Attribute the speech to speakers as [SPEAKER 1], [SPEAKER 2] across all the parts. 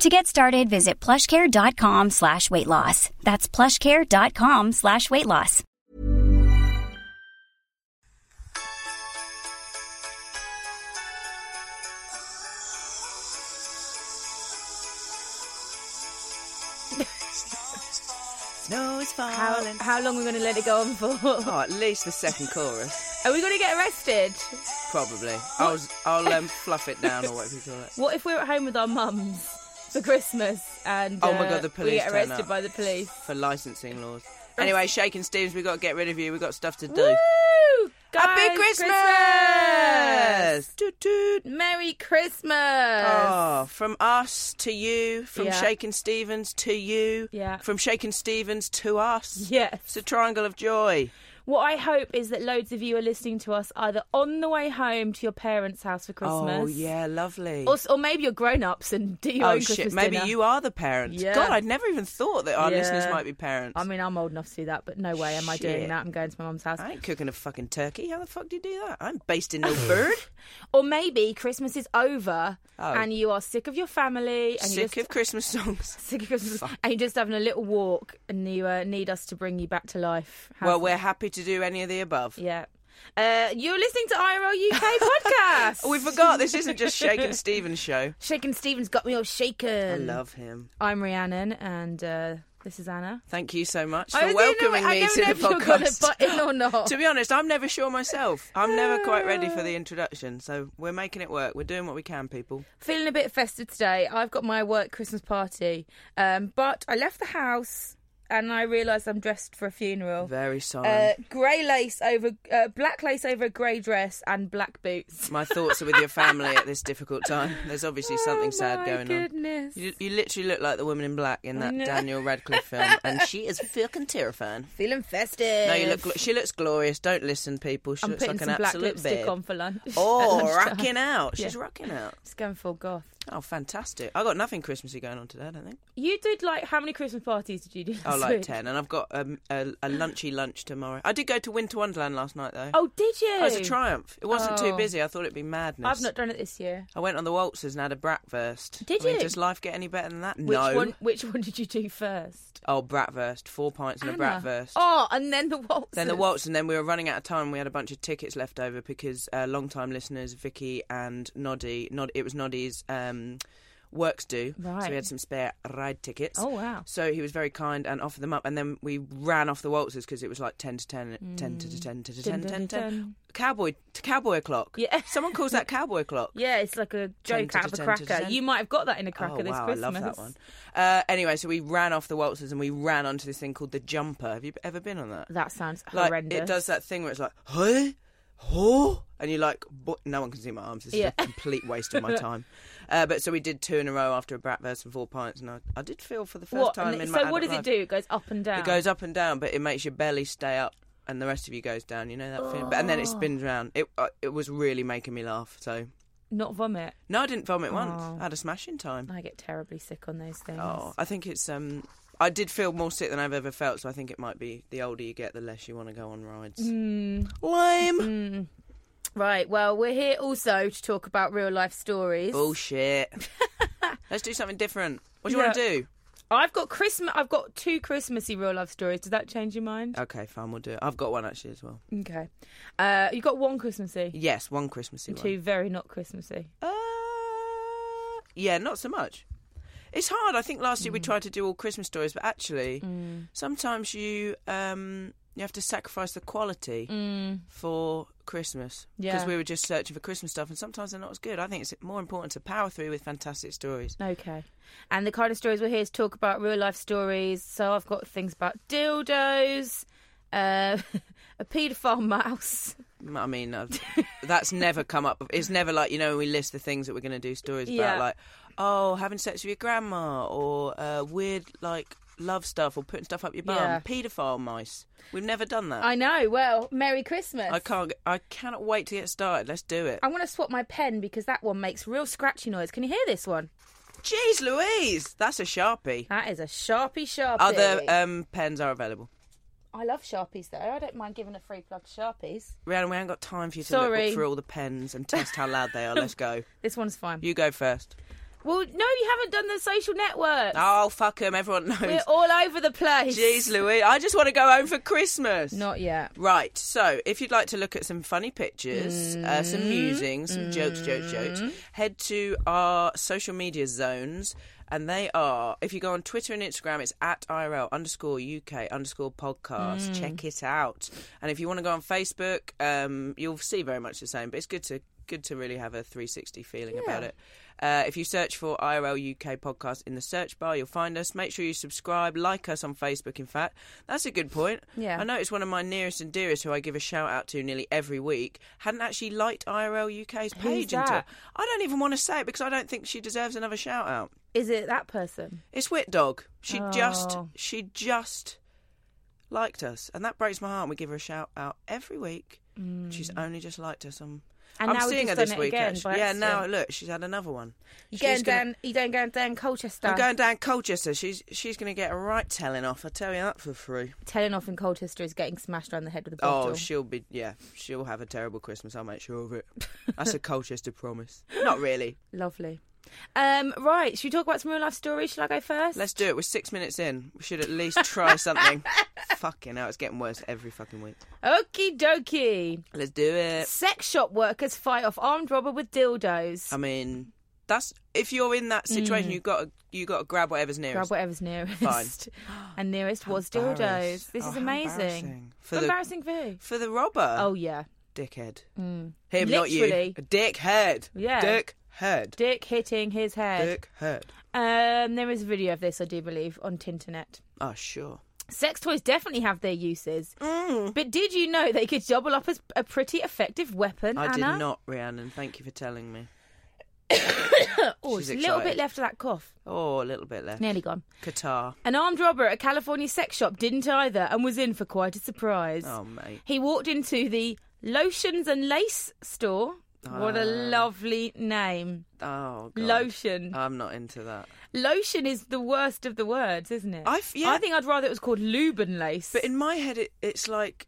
[SPEAKER 1] To get started, visit plushcare.com slash weight loss. That's plushcare.com slash weight loss.
[SPEAKER 2] Snow is
[SPEAKER 3] How,
[SPEAKER 2] falling.
[SPEAKER 3] how long are we going to let it go on for?
[SPEAKER 2] Oh, at least the second chorus,
[SPEAKER 3] Are we going to get arrested?
[SPEAKER 2] probably. I'll I'll um, fluff it down or whatever you call it.
[SPEAKER 3] What if we're at home with our mums for Christmas and
[SPEAKER 2] Oh my
[SPEAKER 3] uh,
[SPEAKER 2] God, the
[SPEAKER 3] we
[SPEAKER 2] police
[SPEAKER 3] get
[SPEAKER 2] turn
[SPEAKER 3] arrested
[SPEAKER 2] up.
[SPEAKER 3] by the police?
[SPEAKER 2] For licensing laws. Anyway, shaking Stevens, we've got to get rid of you. We've got stuff to do.
[SPEAKER 3] Woo! Guys,
[SPEAKER 2] Happy Christmas! Toot toot.
[SPEAKER 3] Merry Christmas!
[SPEAKER 2] Oh, from us to you, from
[SPEAKER 3] Yeah.
[SPEAKER 2] Shaking Stevens to you,
[SPEAKER 3] Yeah.
[SPEAKER 2] from Shaking Stevens to us.
[SPEAKER 3] Yes.
[SPEAKER 2] It's a triangle of joy.
[SPEAKER 3] What I hope is that loads of you are listening to us either on the way home to your parents' house for Christmas.
[SPEAKER 2] Oh yeah, lovely.
[SPEAKER 3] Or, or maybe you're grown ups and do your
[SPEAKER 2] oh
[SPEAKER 3] own
[SPEAKER 2] shit,
[SPEAKER 3] Christmas
[SPEAKER 2] maybe
[SPEAKER 3] dinner.
[SPEAKER 2] you are the parent.
[SPEAKER 3] Yeah.
[SPEAKER 2] God, I'd never even thought that our
[SPEAKER 3] Yeah.
[SPEAKER 2] listeners might be parents.
[SPEAKER 3] I mean, I'm old enough to do that, but no way am I doing
[SPEAKER 2] Shit.
[SPEAKER 3] that. I'm going to my mum's house.
[SPEAKER 2] I ain't cooking a fucking turkey. How the fuck do you do that? I'm based in no bird.
[SPEAKER 3] Or maybe Christmas is over
[SPEAKER 2] Oh.
[SPEAKER 3] and you are sick of your family and you
[SPEAKER 2] Sick
[SPEAKER 3] just
[SPEAKER 2] of Christmas songs.
[SPEAKER 3] sick of Christmas and you're just having a little walk and you uh, need us to bring you back to life. Have-
[SPEAKER 2] Well, we're happy to do any of the above.
[SPEAKER 3] yeah. Uh, you're listening to IRL UK podcast.
[SPEAKER 2] Oh, We forgot this isn't just Shaking Stevens show.
[SPEAKER 3] Shaken Stevens got me all shaken.
[SPEAKER 2] I love him.
[SPEAKER 3] I'm Rhiannon and uh, this is Anna.
[SPEAKER 2] Thank you so much
[SPEAKER 3] I
[SPEAKER 2] for
[SPEAKER 3] don't
[SPEAKER 2] welcoming
[SPEAKER 3] know, I
[SPEAKER 2] me
[SPEAKER 3] don't
[SPEAKER 2] to
[SPEAKER 3] know
[SPEAKER 2] the
[SPEAKER 3] if you're gonna
[SPEAKER 2] podcast.
[SPEAKER 3] butt in or not.
[SPEAKER 2] to be honest, I'm never sure myself. I'm never quite ready for
[SPEAKER 3] Uh.
[SPEAKER 2] the introduction, so we're making it work. We're doing what we can, people.
[SPEAKER 3] Feeling a bit festive today. I've got my work Christmas party, um, but I left the house and I realised I'm dressed for a funeral.
[SPEAKER 2] Very
[SPEAKER 3] Uh,
[SPEAKER 2] solemn.
[SPEAKER 3] grey lace over uh, black lace over a grey dress and black boots.
[SPEAKER 2] My thoughts are with your family at this difficult time. There's obviously
[SPEAKER 3] Oh
[SPEAKER 2] something sad going
[SPEAKER 3] goodness.
[SPEAKER 2] on. You, you literally look like the woman in black in that Daniel Radcliffe film, and she is fucking terrifying.
[SPEAKER 3] Feeling festive.
[SPEAKER 2] No, you look. gl- She looks glorious. Don't listen, people. She
[SPEAKER 3] I'm
[SPEAKER 2] looks
[SPEAKER 3] putting
[SPEAKER 2] like an
[SPEAKER 3] some black
[SPEAKER 2] absolute
[SPEAKER 3] lipstick
[SPEAKER 2] babe.
[SPEAKER 3] on for lunch.
[SPEAKER 2] Oh,
[SPEAKER 3] At lunchtime.
[SPEAKER 2] rocking out. She's
[SPEAKER 3] Yeah.
[SPEAKER 2] rocking out.
[SPEAKER 3] Just going full goth.
[SPEAKER 2] Oh, fantastic. I got nothing Christmassy going on today, I don't think.
[SPEAKER 3] You did like how many Christmas parties did you do? Last
[SPEAKER 2] Oh, like
[SPEAKER 3] week?
[SPEAKER 2] 10. And I've got um, a, a lunchy lunch tomorrow. I did go to Winter Wonderland last night, though.
[SPEAKER 3] Oh, did you?
[SPEAKER 2] It was a triumph. It wasn't too
[SPEAKER 3] Oh.
[SPEAKER 2] busy. I thought it'd be madness.
[SPEAKER 3] I've not done it this year.
[SPEAKER 2] I went on the waltzers and had a bratwurst.
[SPEAKER 3] Did
[SPEAKER 2] I mean,
[SPEAKER 3] you?
[SPEAKER 2] Does life get any better than that?
[SPEAKER 3] Which
[SPEAKER 2] no.
[SPEAKER 3] one? Which one did you do first?
[SPEAKER 2] Oh, bratwurst. Four pints and
[SPEAKER 3] Anna.
[SPEAKER 2] a bratwurst.
[SPEAKER 3] Oh, and then the waltz.
[SPEAKER 2] Then the waltz, and then we were running out of time. We had a bunch of tickets left over because uh, long-time listeners Vicky and Noddy, Nod, it was Noddy's um, works do, so
[SPEAKER 3] Right.
[SPEAKER 2] we had some spare ride tickets.
[SPEAKER 3] Oh, wow.
[SPEAKER 2] So he was very kind and offered them up, and then we ran off the waltzers because it was like ten to 10, 10 to ten to ten
[SPEAKER 3] Mm. Dun,
[SPEAKER 2] to
[SPEAKER 3] dun,
[SPEAKER 2] ten, 10.
[SPEAKER 3] dun, dun.
[SPEAKER 2] Cowboy to cowboy o'clock.
[SPEAKER 3] Yeah.
[SPEAKER 2] someone calls that cowboy o'clock.
[SPEAKER 3] Yeah, it's like a joke
[SPEAKER 2] to
[SPEAKER 3] out of a
[SPEAKER 2] 10 to
[SPEAKER 3] cracker.
[SPEAKER 2] 10.
[SPEAKER 3] You might have got that in a cracker
[SPEAKER 2] Oh
[SPEAKER 3] this
[SPEAKER 2] wow,
[SPEAKER 3] Christmas.
[SPEAKER 2] I love that one. Uh, anyway, so we ran off the waltzers and we ran onto this thing called the jumper. Have you ever been on that?
[SPEAKER 3] That sounds
[SPEAKER 2] like
[SPEAKER 3] horrendous.
[SPEAKER 2] it does that thing where it's like hey ho and you're like "What? no one can see my arms this
[SPEAKER 3] Yeah.
[SPEAKER 2] is a complete waste of my time uh, but so we did two in a row after a brat verse and four pints and I, I did feel for the first
[SPEAKER 3] What-
[SPEAKER 2] time
[SPEAKER 3] and
[SPEAKER 2] in
[SPEAKER 3] it-
[SPEAKER 2] my
[SPEAKER 3] so what does
[SPEAKER 2] adult
[SPEAKER 3] it do? It goes up and down.
[SPEAKER 2] life, it goes up and down but it makes your belly stay up and the rest of you goes down you know that feeling but and then
[SPEAKER 3] Oh.
[SPEAKER 2] it spins round it uh, it was really making me laugh so
[SPEAKER 3] Not vomit.
[SPEAKER 2] no I didn't vomit once
[SPEAKER 3] Oh.
[SPEAKER 2] I had a smashing time
[SPEAKER 3] I get terribly sick on those things.
[SPEAKER 2] oh I think it's um I did feel more sick than I've ever felt, so I think it might be the older you get, the less you want to go on rides.
[SPEAKER 3] Mm.
[SPEAKER 2] Lame.
[SPEAKER 3] Hmm, Right. Well, we're here also to talk about real life stories.
[SPEAKER 2] Bullshit. Oh, Let's do something different. What do you want to
[SPEAKER 3] Yeah.
[SPEAKER 2] do?
[SPEAKER 3] I've got Christmas. I've got two Christmassy real life stories. Does that change your mind?
[SPEAKER 2] Okay, fine, we'll do it. I've got one actually as well.
[SPEAKER 3] Okay. Uh, you got one Christmassy.
[SPEAKER 2] Yes, one Christmassy
[SPEAKER 3] Two very not Christmassy.
[SPEAKER 2] one. Uh, yeah, not so much. It's hard. I think last year
[SPEAKER 3] Mm.
[SPEAKER 2] we tried to do all Christmas stories, but actually, sometimes you um, you have to sacrifice the quality for Christmas because
[SPEAKER 3] Mm. Yeah.
[SPEAKER 2] we were just searching for Christmas stuff, and sometimes they're not as good. I think it's more important to power through with fantastic stories.
[SPEAKER 3] Okay. And the kind of stories we're here to talk about real life stories. So I've got things about dildos, uh, a paedophile mouse.
[SPEAKER 2] I mean, I've, that's never come up. It's never like you know when we list the things that we're going to do stories about,
[SPEAKER 3] Yeah.
[SPEAKER 2] like oh, having sex with your grandma or uh, weird like love stuff or putting stuff up your bum.
[SPEAKER 3] Yeah.
[SPEAKER 2] Paedophile mice. We've never done that.
[SPEAKER 3] I know. Well, Merry Christmas.
[SPEAKER 2] I can't. get- I cannot wait to get started. Let's do it.
[SPEAKER 3] I'm going to swap my pen because that one makes real scratchy noise. Can you hear this one?
[SPEAKER 2] Jeez, Louise, that's a sharpie.
[SPEAKER 3] That is a sharpie sharpie.
[SPEAKER 2] Other um, pens are available.
[SPEAKER 3] I love sharpies though. I don't mind giving a free plug to sharpies.
[SPEAKER 2] Rihanna, we haven't got time for you to
[SPEAKER 3] Sorry.
[SPEAKER 2] look through all the pens and test how loud they are. Let's go.
[SPEAKER 3] This one's fine.
[SPEAKER 2] You go first.
[SPEAKER 3] Well, no, you haven't done the social network.
[SPEAKER 2] Oh, fuck them. Everyone knows.
[SPEAKER 3] We're all over the place.
[SPEAKER 2] Jeez, Louise, I just want to go home for Christmas.
[SPEAKER 3] Not yet.
[SPEAKER 2] Right, so if you'd like to look at some funny pictures, uh, some musings, some jokes, jokes, jokes, head to our social media zones. And they are, if you go on Twitter and Instagram, it's at IRL underscore UK underscore podcast. Check it out. And if you want to go on Facebook, um, you'll see very much the same, but it's good to good to really have a 360 feeling about it. Uh, if you search for IRL UK podcast in the search bar, you'll find us. Make sure you subscribe, like us on Facebook. In fact, that's a good point.
[SPEAKER 3] Yeah.
[SPEAKER 2] I noticed one of my nearest and dearest, who I give a shout out to nearly every week, hadn't actually liked IRL UK's page until
[SPEAKER 3] that?
[SPEAKER 2] I don't even want to say it because I don't think she deserves another shout out.
[SPEAKER 3] Is it that person?
[SPEAKER 2] It's Wit Dog. She just
[SPEAKER 3] Oh.
[SPEAKER 2] she just liked us, and that breaks my heart. We give her a shout out every week. She's only just liked us on.
[SPEAKER 3] Mm. And
[SPEAKER 2] I'm
[SPEAKER 3] now we've
[SPEAKER 2] seeing
[SPEAKER 3] just
[SPEAKER 2] her this
[SPEAKER 3] done it
[SPEAKER 2] week.
[SPEAKER 3] again
[SPEAKER 2] actually.
[SPEAKER 3] by
[SPEAKER 2] yeah, now
[SPEAKER 3] accident.
[SPEAKER 2] look, she's had another one.
[SPEAKER 3] You
[SPEAKER 2] She's
[SPEAKER 3] going
[SPEAKER 2] gonna-
[SPEAKER 3] down? You don't going down Colchester?
[SPEAKER 2] I'm going down Colchester. She's she's going to get a right telling off. I tell you that for free.
[SPEAKER 3] Telling off in Colchester is getting smashed around the head with a bottle.
[SPEAKER 2] Oh, she'll be yeah. She'll have a terrible Christmas. I'll make sure of it. That's a Colchester promise. Not really.
[SPEAKER 3] Lovely. Um, right, should we talk about some real life stories? Shall I go first?
[SPEAKER 2] Let's do it. We're six minutes in. We should at least try something. fucking hell, it's getting worse every fucking week.
[SPEAKER 3] Okie dokie.
[SPEAKER 2] Let's do it.
[SPEAKER 3] Sex shop workers fight off armed robber with dildos.
[SPEAKER 2] I mean, that's if you're in that situation, you got you got to grab whatever's
[SPEAKER 3] Mm. Grab
[SPEAKER 2] nearest.
[SPEAKER 3] whatever's nearest. and nearest was dildos.
[SPEAKER 2] Embarrassed.
[SPEAKER 3] This
[SPEAKER 2] Oh,
[SPEAKER 3] is
[SPEAKER 2] how
[SPEAKER 3] amazing.
[SPEAKER 2] embarrassing. For the Uh.
[SPEAKER 3] Embarrassing for who?
[SPEAKER 2] for the robber.
[SPEAKER 3] Oh yeah,
[SPEAKER 2] dickhead. Him, not you.
[SPEAKER 3] Literally.
[SPEAKER 2] Dickhead.
[SPEAKER 3] Yeah.
[SPEAKER 2] Dickhead.
[SPEAKER 3] dick hitting his head.
[SPEAKER 2] Dickhead.
[SPEAKER 3] Um, there is a video of this, I do believe, on Tinternet.
[SPEAKER 2] Oh, sure.
[SPEAKER 3] Sex toys definitely have their uses, but did you know they could double up as a pretty effective weapon?
[SPEAKER 2] I
[SPEAKER 3] Anna?
[SPEAKER 2] did not, Rhiannon. Thank you for telling me.
[SPEAKER 3] Oh,
[SPEAKER 2] She's
[SPEAKER 3] it's a little bit
[SPEAKER 2] excited.
[SPEAKER 3] left of that cough.
[SPEAKER 2] Oh, a little bit left.
[SPEAKER 3] Nearly gone.
[SPEAKER 2] Qatar.
[SPEAKER 3] An armed robber at a California sex shop didn't either and was in for quite a surprise.
[SPEAKER 2] Oh, mate.
[SPEAKER 3] He walked into the Lotions and Lace store. What a lovely name.
[SPEAKER 2] Oh, Ah. God.
[SPEAKER 3] Lotion.
[SPEAKER 2] I'm not into that.
[SPEAKER 3] Lotion is the worst of the words, isn't it?
[SPEAKER 2] I f- yeah.
[SPEAKER 3] I think I'd rather it was called lube and lace.
[SPEAKER 2] But in my head, it, it's like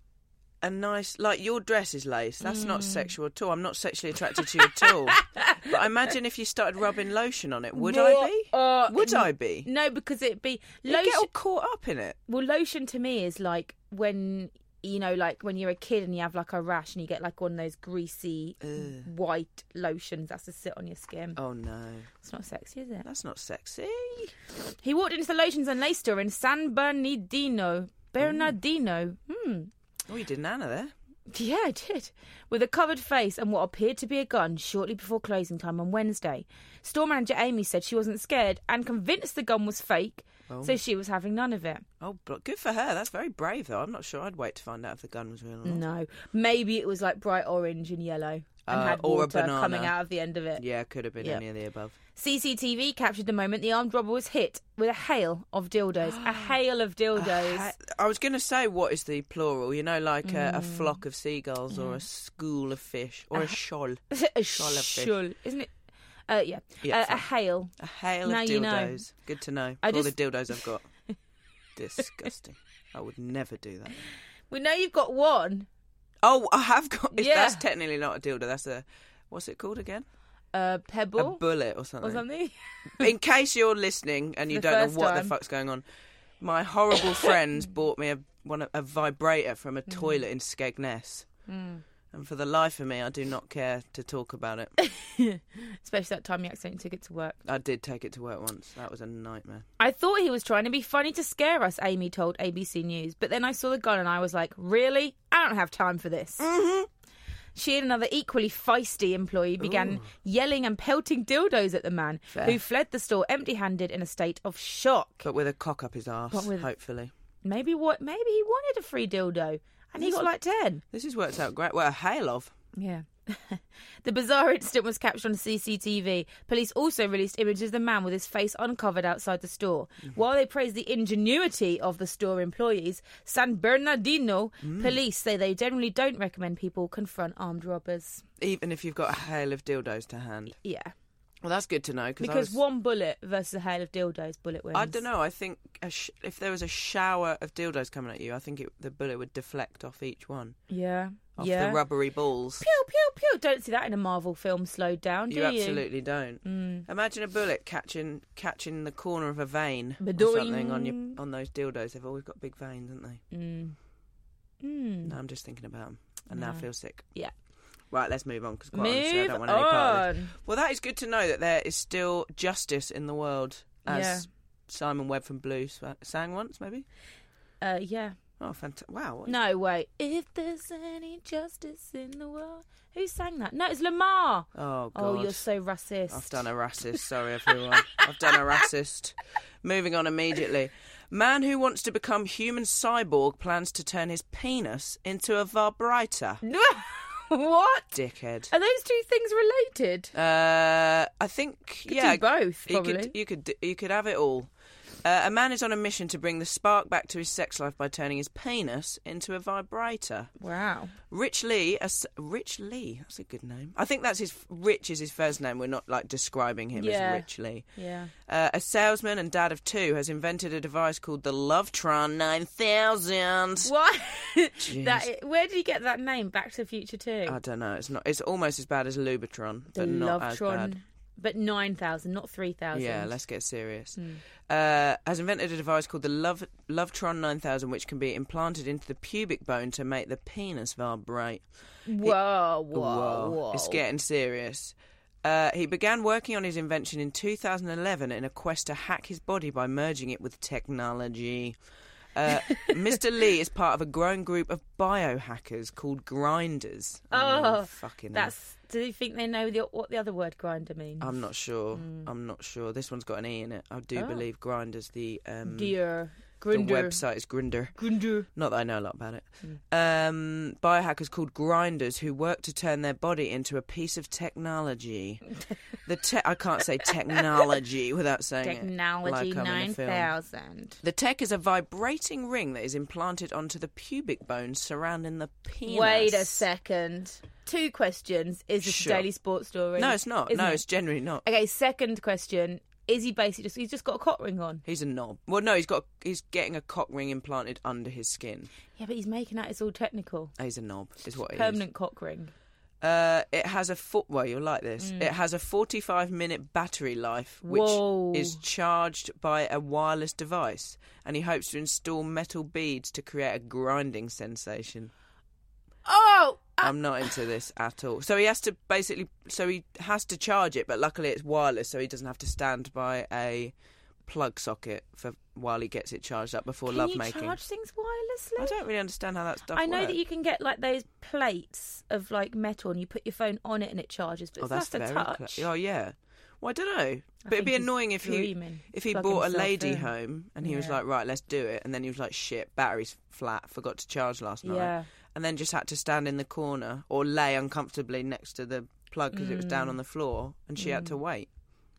[SPEAKER 2] a nice, like your dress is lace. That's
[SPEAKER 3] Mm.
[SPEAKER 2] not sexual at all. I'm not sexually attracted to you at all. But I imagine if you started rubbing lotion on it, would I be?
[SPEAKER 3] Uh,
[SPEAKER 2] would I be?
[SPEAKER 3] no, because it'd be
[SPEAKER 2] You
[SPEAKER 3] lotion.
[SPEAKER 2] get all caught up in it.
[SPEAKER 3] Well, lotion to me is like when you know, like when you're a kid and you have like a rash and you get like one of those greasy white lotions that's to sit on your skin.
[SPEAKER 2] Oh no,
[SPEAKER 3] It's not sexy, is it?
[SPEAKER 2] that's not sexy.
[SPEAKER 3] He walked into the lotions and lace store in San Bernardino. Bernardino. Hmm.
[SPEAKER 2] Oh, you did an Anna there.
[SPEAKER 3] Yeah, I did. With a covered face and what appeared to be a gun shortly before closing time on Wednesday. Store manager Amy said she wasn't scared and convinced the gun was fake, so she was having none of it.
[SPEAKER 2] Oh, but good for her. That's very brave, though. I'm not sure I'd wait to find out if the gun was real or not.
[SPEAKER 3] No. Maybe it was like bright orange and yellow and
[SPEAKER 2] Uh,
[SPEAKER 3] had
[SPEAKER 2] or a
[SPEAKER 3] water
[SPEAKER 2] banana.
[SPEAKER 3] coming out of the end of it.
[SPEAKER 2] Yeah, could have been
[SPEAKER 3] Yeah.
[SPEAKER 2] any of the above.
[SPEAKER 3] CCTV captured the moment the armed robber was hit with a hail of dildos. a hail of dildos.
[SPEAKER 2] I, I was going to say, what is the plural? You know, like a, a flock of seagulls or a school of fish or Mm. a shoal.
[SPEAKER 3] a
[SPEAKER 2] Shoal of fish.
[SPEAKER 3] shoal, isn't it? Uh, yeah,
[SPEAKER 2] Yeah,
[SPEAKER 3] Uh, a
[SPEAKER 2] fine.
[SPEAKER 3] hail.
[SPEAKER 2] A hail
[SPEAKER 3] Now
[SPEAKER 2] of dildos.
[SPEAKER 3] you know.
[SPEAKER 2] Good to know.
[SPEAKER 3] I
[SPEAKER 2] All
[SPEAKER 3] just-
[SPEAKER 2] the dildos I've got. Disgusting. I would never do that.
[SPEAKER 3] We know you've got one.
[SPEAKER 2] Oh, I have got. If
[SPEAKER 3] Yeah.
[SPEAKER 2] That's technically not a dildo. That's a. What's it called again? A
[SPEAKER 3] Uh, pebble
[SPEAKER 2] bullet or
[SPEAKER 3] or
[SPEAKER 2] something.
[SPEAKER 3] something.
[SPEAKER 2] In case you're listening and you
[SPEAKER 3] The
[SPEAKER 2] don't
[SPEAKER 3] first
[SPEAKER 2] know what
[SPEAKER 3] time.
[SPEAKER 2] the fuck's going on, my horrible friends bought me a one a vibrator from
[SPEAKER 3] Mm.
[SPEAKER 2] a toilet in Skegness. And for the life of me, I do not care to talk about it.
[SPEAKER 3] Especially that time you accidentally took it to work.
[SPEAKER 2] I did take it to work once. That was a nightmare.
[SPEAKER 3] I thought he was trying to be funny to scare us, Amy told ABC News. But then I saw the gun and I was like, really? I don't have time for this.
[SPEAKER 2] Mm.
[SPEAKER 3] Mm-hmm. She and another equally feisty employee began yelling and pelting dildos at the man, who fled the store empty handed in a state of shock.
[SPEAKER 2] But with a cock up his arse,
[SPEAKER 3] But with-
[SPEAKER 2] hopefully.
[SPEAKER 3] Maybe what? Maybe he wanted a free dildo and he got like 10.
[SPEAKER 2] This has worked out great. Well, a hail of.
[SPEAKER 3] Yeah. The bizarre incident was captured on CCTV. Police also released images of the man with his face uncovered outside the store.
[SPEAKER 2] Mm-hmm.
[SPEAKER 3] While they praise the ingenuity of the store employees, San Bernardino
[SPEAKER 2] Mm.
[SPEAKER 3] police say they generally don't recommend people confront armed robbers.
[SPEAKER 2] Even if you've got a hail of dildos to hand.
[SPEAKER 3] Yeah.
[SPEAKER 2] Well, that's good to know cause I
[SPEAKER 3] Because
[SPEAKER 2] was-
[SPEAKER 3] one bullet versus a hail of dildos, bullet wins.
[SPEAKER 2] I don't know. I think a sh- if there was a shower of dildos coming at you, I think it, the bullet would deflect off each one,
[SPEAKER 3] Yeah.
[SPEAKER 2] off
[SPEAKER 3] yeah.
[SPEAKER 2] the rubbery balls.
[SPEAKER 3] Pew, pew, pew. Don't see that in a Marvel film slowed down, do
[SPEAKER 2] You
[SPEAKER 3] you?
[SPEAKER 2] absolutely don't.
[SPEAKER 3] Mm.
[SPEAKER 2] Imagine a bullet catching catching the corner of a vein or something on your
[SPEAKER 3] Badoing.
[SPEAKER 2] on those dildos. They've always got big veins, haven't they?
[SPEAKER 3] Mm. Mm.
[SPEAKER 2] No, I'm just thinking about them. And now I
[SPEAKER 3] No.
[SPEAKER 2] feel sick.
[SPEAKER 3] Yeah.
[SPEAKER 2] Right, let's move on because quite honestly, I
[SPEAKER 3] Move
[SPEAKER 2] don't
[SPEAKER 3] on.
[SPEAKER 2] want any part of this. Well, that is good to know that there is still justice in the world, as
[SPEAKER 3] Yeah.
[SPEAKER 2] Simon Webb from Blue swa- sang once, maybe.
[SPEAKER 3] Uh, yeah.
[SPEAKER 2] Oh, fantastic! Wow, what-
[SPEAKER 3] No, wait. If there's any justice in the world. Who sang that? No, it's Lamar.
[SPEAKER 2] Oh god.
[SPEAKER 3] Oh, you're so racist.
[SPEAKER 2] I've done a racist. Sorry, everyone. I've done a racist. Moving on immediately. Man who wants to become human cyborg plans to turn his penis into a vibrator.
[SPEAKER 3] what?
[SPEAKER 2] Dickhead.
[SPEAKER 3] Are those two things related?
[SPEAKER 2] Uh, I think yeah,
[SPEAKER 3] do both,
[SPEAKER 2] You could
[SPEAKER 3] probably.
[SPEAKER 2] you could d- you could have it all. Uh, a man is on a mission to bring the spark back to his sex life by turning his penis into a vibrator.
[SPEAKER 3] Wow.
[SPEAKER 2] Rich Lee, a s Rich Lee, that's a good name. I think that's his. Rich is his first name. We're not like describing him
[SPEAKER 3] Yeah.
[SPEAKER 2] as Rich Lee.
[SPEAKER 3] Yeah.
[SPEAKER 2] Uh, a salesman and dad of two has invented a device called the Lovetron 9000.
[SPEAKER 3] What? that, where did you get that name? Back to the Future 2?
[SPEAKER 2] I don't know. It's not. It's almost as bad as Lubitron,
[SPEAKER 3] the
[SPEAKER 2] Uh, but not as
[SPEAKER 3] Lovetron.
[SPEAKER 2] bad.
[SPEAKER 3] But 9,000, not 3,000.
[SPEAKER 2] Yeah, let's get serious.
[SPEAKER 3] Hmm.
[SPEAKER 2] Uh, has invented a device called the Love Lovetron 9000, which can be implanted into the pubic bone to make the penis vibrate.
[SPEAKER 3] Whoa, whoa, whoa.
[SPEAKER 2] It's getting serious. Uh, he began working on his invention in 2011 in a quest to hack his body by merging it with technology. Uh, Mr. Lee is part of a growing group of biohackers called grinders. I mean,
[SPEAKER 3] Oh,
[SPEAKER 2] fucking hell.
[SPEAKER 3] That's. Do you think they know the, what the other word grinder means?
[SPEAKER 2] I'm not sure. I'm not sure. This one's got an e in it. I do
[SPEAKER 3] Mm. Oh.
[SPEAKER 2] believe grinders. The um,
[SPEAKER 3] Gear.
[SPEAKER 2] the
[SPEAKER 3] Grinder.
[SPEAKER 2] website is Grinder.
[SPEAKER 3] Grinder.
[SPEAKER 2] Not that I know a lot about it.
[SPEAKER 3] Mm.
[SPEAKER 2] Um, biohackers called grinders who work to turn their body into a piece of technology. the te- I can't say technology without saying it,
[SPEAKER 3] Technology
[SPEAKER 2] like I'm in a film.
[SPEAKER 3] 9000.
[SPEAKER 2] The tech is a vibrating ring that is implanted onto the pubic bone surrounding the penis.
[SPEAKER 3] Wait a second. Two questions. Is this
[SPEAKER 2] Sure.
[SPEAKER 3] a daily sports story?
[SPEAKER 2] No, it's not.
[SPEAKER 3] Isn't
[SPEAKER 2] no,
[SPEAKER 3] it?
[SPEAKER 2] it's generally not.
[SPEAKER 3] Okay, second question. Is he basically just he's just got a cock ring on?
[SPEAKER 2] He's a knob. Well, no, he's got he's getting a cock ring implanted under his skin.
[SPEAKER 3] Yeah, but he's making out it's all technical.
[SPEAKER 2] He's a knob, is what he is.
[SPEAKER 3] Permanent cock ring.
[SPEAKER 2] Uh, it has a foot. Well, you'll like this.
[SPEAKER 3] Mm.
[SPEAKER 2] It has a 45 minute battery life, which
[SPEAKER 3] Whoa.
[SPEAKER 2] is charged by a wireless device. And he hopes to install metal beads to create a grinding sensation.
[SPEAKER 3] Oh
[SPEAKER 2] I'm not into this at all. So he has to basically. So he has to charge it, but luckily it's wireless, so he doesn't have to stand by a plug socket for while he gets it charged up before
[SPEAKER 3] can
[SPEAKER 2] love
[SPEAKER 3] you
[SPEAKER 2] making.
[SPEAKER 3] charge things
[SPEAKER 2] I
[SPEAKER 3] wirelessly?
[SPEAKER 2] don't really understand how that stuff.
[SPEAKER 3] I know
[SPEAKER 2] works.
[SPEAKER 3] that you can get like those plates of like metal and you put your phone on it and it charges, but
[SPEAKER 2] Oh,
[SPEAKER 3] it's
[SPEAKER 2] that's
[SPEAKER 3] just
[SPEAKER 2] very
[SPEAKER 3] a touch.
[SPEAKER 2] cla- Oh yeah. Well, I don't know, but it'd
[SPEAKER 3] think
[SPEAKER 2] be
[SPEAKER 3] he's
[SPEAKER 2] annoying if he
[SPEAKER 3] dreaming.
[SPEAKER 2] if he
[SPEAKER 3] Plug
[SPEAKER 2] bought a
[SPEAKER 3] himself
[SPEAKER 2] lady
[SPEAKER 3] in.
[SPEAKER 2] home and he was
[SPEAKER 3] Yeah.
[SPEAKER 2] like, right, let's do it, and then he was like, shit, battery's flat, forgot to charge last night,
[SPEAKER 3] Yeah.
[SPEAKER 2] and then just had to stand in the corner or lay uncomfortably next to the plug because it was
[SPEAKER 3] Mm.
[SPEAKER 2] down on the floor, and she had to wait.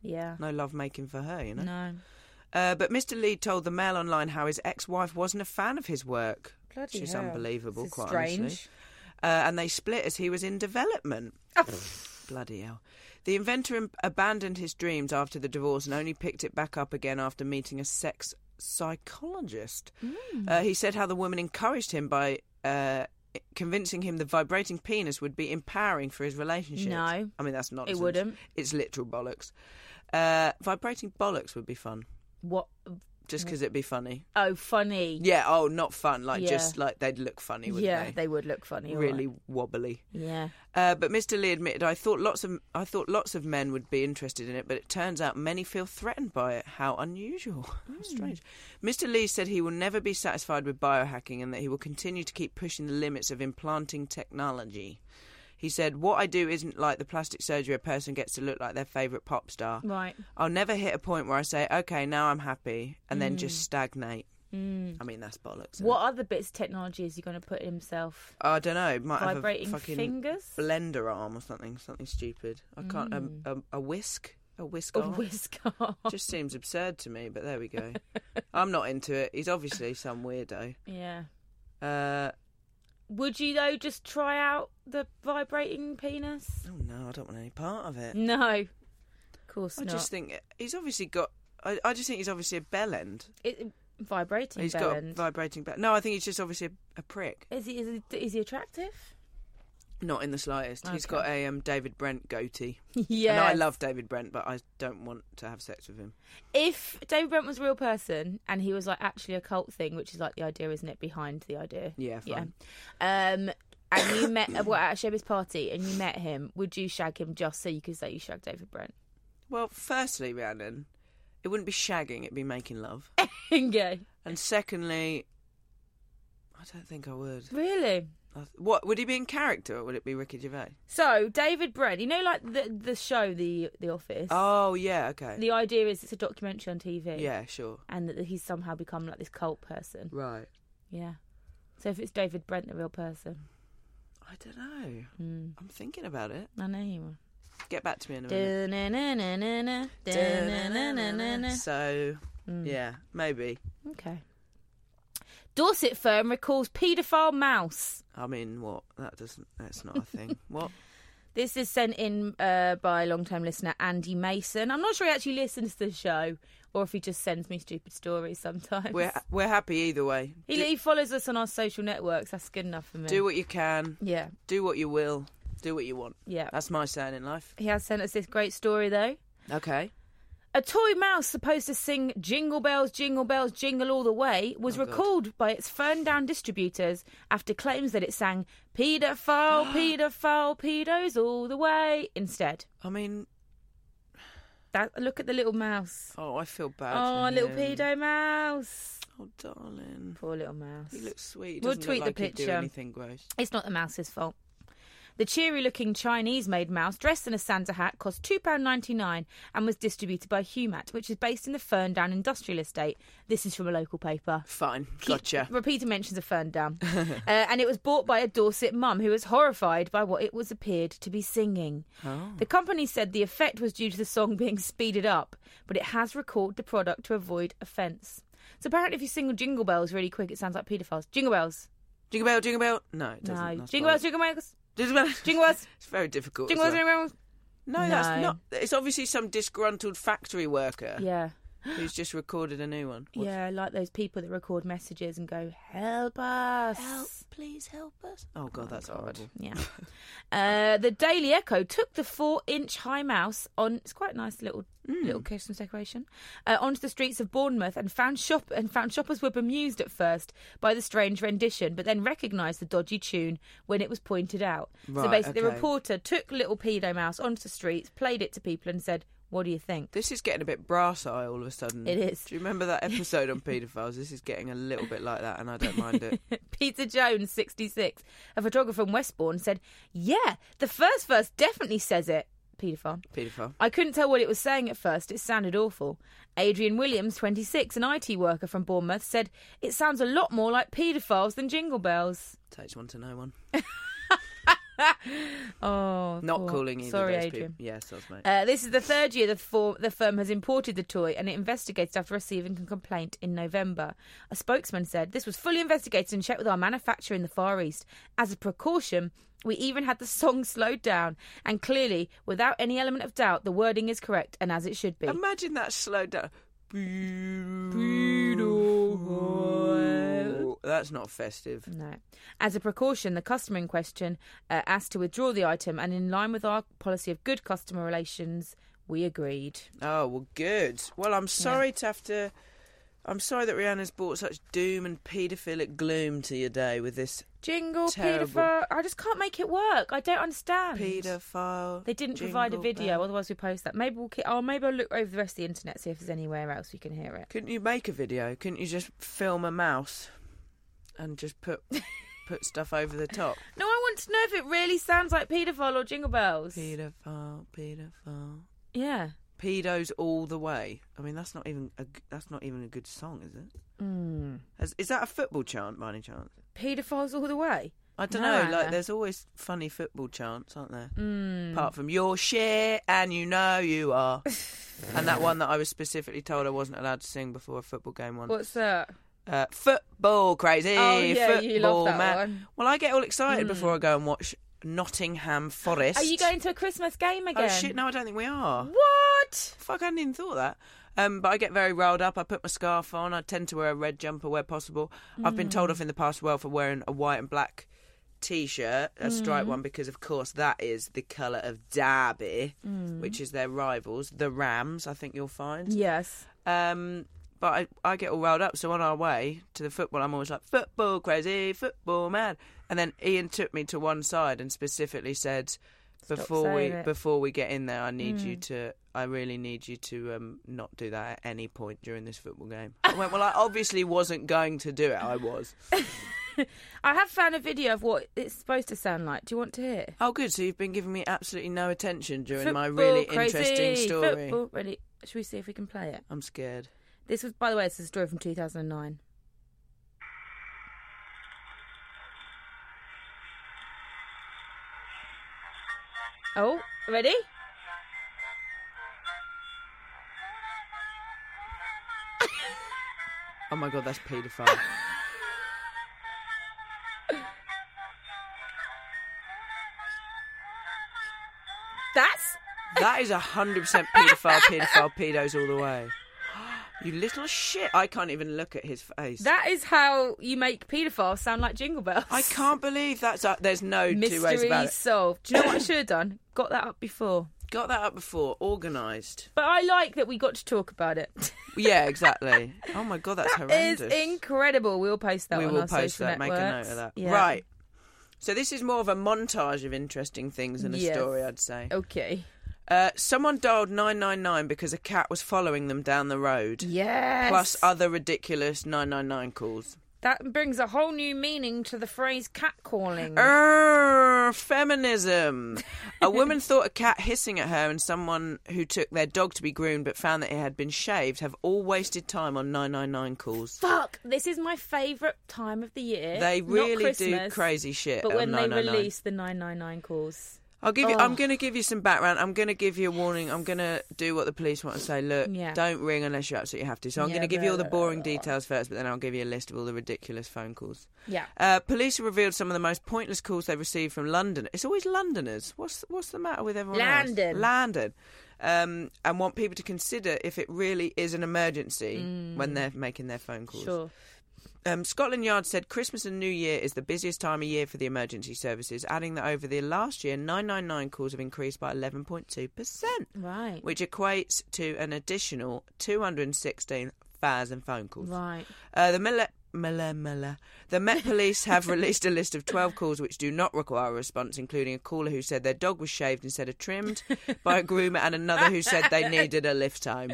[SPEAKER 3] Yeah.
[SPEAKER 2] No love making for her, you know.
[SPEAKER 3] Mm. No.
[SPEAKER 2] Uh, but Mr. Lee told the Mail Online how his ex-wife wasn't a fan of his work.
[SPEAKER 3] Bloody
[SPEAKER 2] She's
[SPEAKER 3] hell.
[SPEAKER 2] unbelievable,
[SPEAKER 3] This is
[SPEAKER 2] quite
[SPEAKER 3] strange.
[SPEAKER 2] honestly. Uh, and they split as he was in development. Bloody hell. The inventor im- abandoned his dreams after the divorce and only picked it back up again after meeting a sex psychologist.
[SPEAKER 3] Hmm.
[SPEAKER 2] Uh, he said how the woman encouraged him by uh, convincing him the vibrating penis would be empowering for his relationship.
[SPEAKER 3] No.
[SPEAKER 2] I mean, that's nonsense.
[SPEAKER 3] wouldn't.
[SPEAKER 2] It's literal bollocks. Uh, vibrating bollocks would be fun,
[SPEAKER 3] What
[SPEAKER 2] just because it'd be funny.
[SPEAKER 3] oh funny.
[SPEAKER 2] Yeah, oh, not fun. Like,
[SPEAKER 3] Yeah.
[SPEAKER 2] just like they'd look funny, wouldn't
[SPEAKER 3] yeah,
[SPEAKER 2] they?
[SPEAKER 3] would look funny. all right.
[SPEAKER 2] really wobbly.
[SPEAKER 3] Yeah.
[SPEAKER 2] Uh, but Mr. Lee admitted, "I thought lots of I thought lots of men would be interested in it, but it turns out many feel threatened by it. How unusual, How
[SPEAKER 3] Hmm.
[SPEAKER 2] strange." Mr. Lee said he will never be satisfied with biohacking and that he will continue to keep pushing the limits of implanting technology. He said, "What I do isn't like the plastic surgery a person gets to look like their favorite pop star.
[SPEAKER 3] Right.
[SPEAKER 2] I'll never hit a point where I say, okay, now I'm happy,' and then just stagnate." I mean, that's bollocks. isn't
[SPEAKER 3] Hmm. Mm. What other bits of technology is he going to put in himself?
[SPEAKER 2] it? I don't know. Might
[SPEAKER 3] Vibrating
[SPEAKER 2] have a fucking
[SPEAKER 3] fingers?
[SPEAKER 2] blender arm or something. Something stupid. I can't. Um, a, a whisk. A whisk
[SPEAKER 3] A
[SPEAKER 2] arm.
[SPEAKER 3] whisk
[SPEAKER 2] Just seems absurd to me. But there we go. I'm not into it. He's obviously some weirdo.
[SPEAKER 3] Yeah.
[SPEAKER 2] Uh,
[SPEAKER 3] Would you though just try out the vibrating penis?
[SPEAKER 2] oh no, I don't want any part of it.
[SPEAKER 3] No. Of course
[SPEAKER 2] I
[SPEAKER 3] not.
[SPEAKER 2] just think he's obviously got. I, I just think he's obviously a bell end.
[SPEAKER 3] It, vibrating
[SPEAKER 2] He's got a
[SPEAKER 3] bellend.
[SPEAKER 2] vibrating bell. No, I think he's just obviously a, a prick.
[SPEAKER 3] is he is he, is he attractive?
[SPEAKER 2] Not in the slightest. He's got a um, David Brent goatee.
[SPEAKER 3] yeah.
[SPEAKER 2] And I love David Brent, but I don't want to have sex with him.
[SPEAKER 3] If David Brent was a real person and he was like actually a cult thing, which is like the idea, isn't it? Behind the idea.
[SPEAKER 2] Yeah, fine.
[SPEAKER 3] Yeah. Um, and you met well at Shebby's party, and you met him. Would you shag him just so you could say you shagged David Brent?
[SPEAKER 2] Well, firstly, Rhiannon, it wouldn't be shagging, it'd be making love.
[SPEAKER 3] Gay.
[SPEAKER 2] and secondly, I don't think I would.
[SPEAKER 3] Really?
[SPEAKER 2] I- What would he be in character or would it be Ricky Gervais?
[SPEAKER 3] So David Brent, you know, like the the show, the The Office.
[SPEAKER 2] Oh, yeah, okay.
[SPEAKER 3] The idea is it's a documentary on TV.
[SPEAKER 2] yeah, sure.
[SPEAKER 3] And that he's somehow become like this cult person.
[SPEAKER 2] Right.
[SPEAKER 3] Yeah. So if it's David Brent, the real person,
[SPEAKER 2] I don't know.
[SPEAKER 3] Hmm.
[SPEAKER 2] I'm thinking about it.
[SPEAKER 3] I know you will.
[SPEAKER 2] Get back to me in a minute.
[SPEAKER 3] Da-na-na-na-na, da-na-na-na-na.
[SPEAKER 2] So,
[SPEAKER 3] Hmm.
[SPEAKER 2] yeah, maybe.
[SPEAKER 3] Okay. Dorset firm recalls paedophile mouse.
[SPEAKER 2] I mean, what? That doesn't. That's not a thing. what?
[SPEAKER 3] This is sent in uh, by long-time listener Andy Mason. I'm not sure he actually listens to the show, or if he just sends me stupid stories sometimes.
[SPEAKER 2] We're we're happy either way.
[SPEAKER 3] he,
[SPEAKER 2] do,
[SPEAKER 3] he follows us on our social networks. That's good enough for me.
[SPEAKER 2] do what you can.
[SPEAKER 3] yeah,
[SPEAKER 2] Do what you will. Do what you want.
[SPEAKER 3] yeah.
[SPEAKER 2] That's my saying in life.
[SPEAKER 3] He has sent us this great story though.
[SPEAKER 2] Okay.
[SPEAKER 3] A toy mouse supposed to sing Jingle Bells, Jingle Bells, Jingle All the Way was
[SPEAKER 2] Oh,
[SPEAKER 3] recalled by its Ferndown distributors after claims that it sang Pedophile, Pedophile, Pedos All the Way instead.
[SPEAKER 2] I mean,
[SPEAKER 3] That Look at the little mouse.
[SPEAKER 2] oh, I feel bad.
[SPEAKER 3] Oh,
[SPEAKER 2] for
[SPEAKER 3] little
[SPEAKER 2] him.
[SPEAKER 3] pedo mouse.
[SPEAKER 2] Oh, darling.
[SPEAKER 3] Poor little mouse.
[SPEAKER 2] He looks sweet. He
[SPEAKER 3] We'll
[SPEAKER 2] doesn't
[SPEAKER 3] tweet the
[SPEAKER 2] look like he'd Do
[SPEAKER 3] picture.
[SPEAKER 2] anything gross.
[SPEAKER 3] It's not the mouse's fault. The cheery looking Chinese made mouse dressed in a Santa hat cost £2.99 and was distributed by Humat, which is based in the Ferndown Industrial Estate. This is from a local paper.
[SPEAKER 2] Fine. Gotcha.
[SPEAKER 3] Keep- Repeated mentions of Ferndown. uh, and it was bought by a Dorset mum who was horrified by what it was appeared to be singing.
[SPEAKER 2] Hmm.
[SPEAKER 3] The company said the effect was due to the song being speeded up, but it has recalled the product to avoid offence. So apparently, if you sing Jingle Bells really quick, it sounds like paedophiles. Jingle Bells.
[SPEAKER 2] Jingle bell, jingle bell. No, it doesn't.
[SPEAKER 3] No.
[SPEAKER 2] That's
[SPEAKER 3] Jingle Bells,
[SPEAKER 2] bollocks.
[SPEAKER 3] Jingle Bells.
[SPEAKER 2] jingle bell.
[SPEAKER 3] Jingle Bells.
[SPEAKER 2] It's very difficult. as
[SPEAKER 3] Jingle Bells,
[SPEAKER 2] well.
[SPEAKER 3] Jingle Bells.
[SPEAKER 2] No, that's
[SPEAKER 3] No.
[SPEAKER 2] not. It's obviously some disgruntled factory worker
[SPEAKER 3] Yeah.
[SPEAKER 2] who's just recorded a new one. Uh, What's-
[SPEAKER 3] Yeah, like those people that record messages and go, help us.
[SPEAKER 2] Help! Please help us. Oh God, that's horrible.
[SPEAKER 3] Yeah. uh, the Daily Echo took the four-inch high mouse on. It's quite a nice little
[SPEAKER 2] Hmm.
[SPEAKER 3] little Christmas decoration uh, onto the streets of Bournemouth and found shop and found shoppers were bemused at first by the strange rendition, but then recognised the dodgy tune when it was pointed out. so
[SPEAKER 2] Right,
[SPEAKER 3] basically, the
[SPEAKER 2] okay.
[SPEAKER 3] reporter took little pedo mouse onto the streets, played it to people, and said, "What do you think?"
[SPEAKER 2] This is getting a bit brass eye all of a sudden.
[SPEAKER 3] It is.
[SPEAKER 2] Do you remember that episode on paedophiles? This is getting a little bit like that, and I don't mind it.
[SPEAKER 3] Peter Jones, 66, a photographer from Westbourne, said, "Yeah, the first verse definitely says it." Paedophile.
[SPEAKER 2] Paedophile.
[SPEAKER 3] I couldn't tell what it was saying at first. It sounded awful. Adrian Williams, 26, an IT worker from Bournemouth, said it sounds a lot more like paedophiles than jingle bells.
[SPEAKER 2] Takes one to know one.
[SPEAKER 3] Oh,
[SPEAKER 2] Not
[SPEAKER 3] poor-
[SPEAKER 2] calling either
[SPEAKER 3] Sorry,
[SPEAKER 2] of those
[SPEAKER 3] Adrian.
[SPEAKER 2] people. Yes, that's mate.
[SPEAKER 3] Uh, this is the third year the, for- the firm has imported the toy and it investigated after receiving a complaint in November. A spokesman said, This was fully investigated and checked with our manufacturer in the Far East. As a precaution, we even had the song slowed down. And clearly, without any element of doubt, the wording is correct and as it should be.
[SPEAKER 2] Imagine that slowed down. That's not festive.
[SPEAKER 3] No. As a precaution, the customer in question uh, asked to withdraw the item, and in line with our policy of good customer relations, we agreed.
[SPEAKER 2] Oh well, good. Well, I'm sorry to have to. I'm sorry that Rihanna's brought such doom and paedophilic gloom to your day with this
[SPEAKER 3] Jingle,
[SPEAKER 2] Terrible.
[SPEAKER 3] paedophile. I just can't make it work. I don't understand.
[SPEAKER 2] paedophile.
[SPEAKER 3] They didn't provide a
[SPEAKER 2] jingle
[SPEAKER 3] video,
[SPEAKER 2] bell.
[SPEAKER 3] otherwise we post that. Maybe we'll. Ki- oh, maybe I'll look over the rest of the internet see if there's anywhere else we can hear it.
[SPEAKER 2] Couldn't you make a video? Couldn't you just film a mouse and just put put stuff over the top?
[SPEAKER 3] No, I want to know if it really sounds like paedophile or jingle bells.
[SPEAKER 2] Paedophile, paedophile,
[SPEAKER 3] yeah.
[SPEAKER 2] pedos all the way. I mean, that's not even a, g- that's not even a good song, is it? Has, is that a football chant, by any chance?
[SPEAKER 3] Pedophiles all the way.
[SPEAKER 2] I don't
[SPEAKER 3] No,
[SPEAKER 2] know. Like,
[SPEAKER 3] Anna.
[SPEAKER 2] there's always funny football chants, aren't there?
[SPEAKER 3] Mm.
[SPEAKER 2] Apart from your shit, and you know you are, and that one that I was specifically told I wasn't allowed to sing before a football game. One
[SPEAKER 3] What's that?
[SPEAKER 2] uh, football crazy.
[SPEAKER 3] Oh, yeah,
[SPEAKER 2] football
[SPEAKER 3] you love that
[SPEAKER 2] man.
[SPEAKER 3] one. Mm.
[SPEAKER 2] Well, I get all excited before I go and watch Nottingham Forest.
[SPEAKER 3] Are you going to a Christmas game
[SPEAKER 2] Oh
[SPEAKER 3] again?
[SPEAKER 2] shit! No, I don't think we are.
[SPEAKER 3] What?
[SPEAKER 2] Fuck, I hadn't even thought of that. Um, but I get very riled up. I put my scarf on. I tend to wear a red jumper where possible. I've been told off in the past well for wearing a white and black t-shirt, a striped one, because of course that is the colour of Derby, which is their rivals, the Rams. I think you'll find.
[SPEAKER 3] Yes.
[SPEAKER 2] Um, but I, I get all riled up. So on our way to the football, I'm always like, football crazy, football man. And then Ian took me to one side and specifically said, before we
[SPEAKER 3] saying it." Hmm.
[SPEAKER 2] before we get in there, I need you to. I really need you to um, not do that at any point during this football game. I went, well, I obviously wasn't going to do it. I was.
[SPEAKER 3] I have found a video of what it's supposed to sound like. Do you want to hear?
[SPEAKER 2] Oh, good. So you've been giving me absolutely no attention during my
[SPEAKER 3] Football
[SPEAKER 2] really
[SPEAKER 3] crazy,
[SPEAKER 2] interesting story.
[SPEAKER 3] Football, ready? Should we see if we can play it?
[SPEAKER 2] I'm scared.
[SPEAKER 3] This was, by the way, it's a story from 2009. Oh, ready?
[SPEAKER 2] Oh my god, that's paedophile.
[SPEAKER 3] That's
[SPEAKER 2] That is 100% paedophile, paedophile, pedos all the way. You little shit. I can't even look at his face.
[SPEAKER 3] that is how you make paedophiles sound like jingle bells.
[SPEAKER 2] I can't believe that's up. There's no two ways
[SPEAKER 3] Mystery
[SPEAKER 2] about it.
[SPEAKER 3] solved. Do you know what I should have done? Got that up before.
[SPEAKER 2] Got that up before. Organised.
[SPEAKER 3] But I like that we got to talk about it.
[SPEAKER 2] Yeah, exactly. Oh my God, that's
[SPEAKER 3] It's
[SPEAKER 2] horrendous.
[SPEAKER 3] incredible. We'll post that
[SPEAKER 2] we
[SPEAKER 3] on
[SPEAKER 2] will
[SPEAKER 3] our
[SPEAKER 2] post
[SPEAKER 3] social
[SPEAKER 2] that. Make a note
[SPEAKER 3] networks.
[SPEAKER 2] of that.
[SPEAKER 3] Yeah.
[SPEAKER 2] Right. So this is more of a montage of interesting things than a
[SPEAKER 3] Yes.
[SPEAKER 2] story, I'd say.
[SPEAKER 3] Okay.
[SPEAKER 2] Uh, someone dialed 999 because a cat was following them down the road.
[SPEAKER 3] Yes.
[SPEAKER 2] Plus other ridiculous 999 calls.
[SPEAKER 3] That brings a whole new meaning to the phrase catcalling.
[SPEAKER 2] Er- Err, feminism. A woman thought a cat hissing at her and someone who took their dog to be groomed but found that it had been shaved have all wasted time on 999 calls.
[SPEAKER 3] Fuck, this is my favourite time of the year.
[SPEAKER 2] They
[SPEAKER 3] Not
[SPEAKER 2] really do
[SPEAKER 3] Christmas,
[SPEAKER 2] crazy shit.
[SPEAKER 3] But
[SPEAKER 2] on
[SPEAKER 3] when they
[SPEAKER 2] 999.
[SPEAKER 3] release Oh. the 999 calls.
[SPEAKER 2] I'll give you. I'm going to give you some background. I'm going to give you a warning. I'm going to do what the police want and say. Look,
[SPEAKER 3] Yeah.
[SPEAKER 2] don't ring unless you absolutely have to. So I'm
[SPEAKER 3] Yeah,
[SPEAKER 2] going to give you all the
[SPEAKER 3] blah,
[SPEAKER 2] boring details first, but then I'll give you a list of all the ridiculous phone calls.
[SPEAKER 3] Yeah.
[SPEAKER 2] Uh, police have revealed some of the most pointless calls they've received from London. It's always Londoners. What's what's the matter with everyone? else?
[SPEAKER 3] London.
[SPEAKER 2] London. Um, and want people to consider if it really is an emergency when they're making their phone calls.
[SPEAKER 3] Sure.
[SPEAKER 2] Um, Scotland Yard said Christmas and New Year is the busiest time of year for the emergency services, adding that over the last year, 999 calls have increased by 11.2%,
[SPEAKER 3] Right.
[SPEAKER 2] which equates to an additional 216,000 phone calls.
[SPEAKER 3] Right.
[SPEAKER 2] Uh, the Mille, Mille, Mille. The Met Police have released a list of 12 calls which do not require a response, including a caller who said their dog was shaved instead of trimmed by a groomer and another who said they needed a lift home.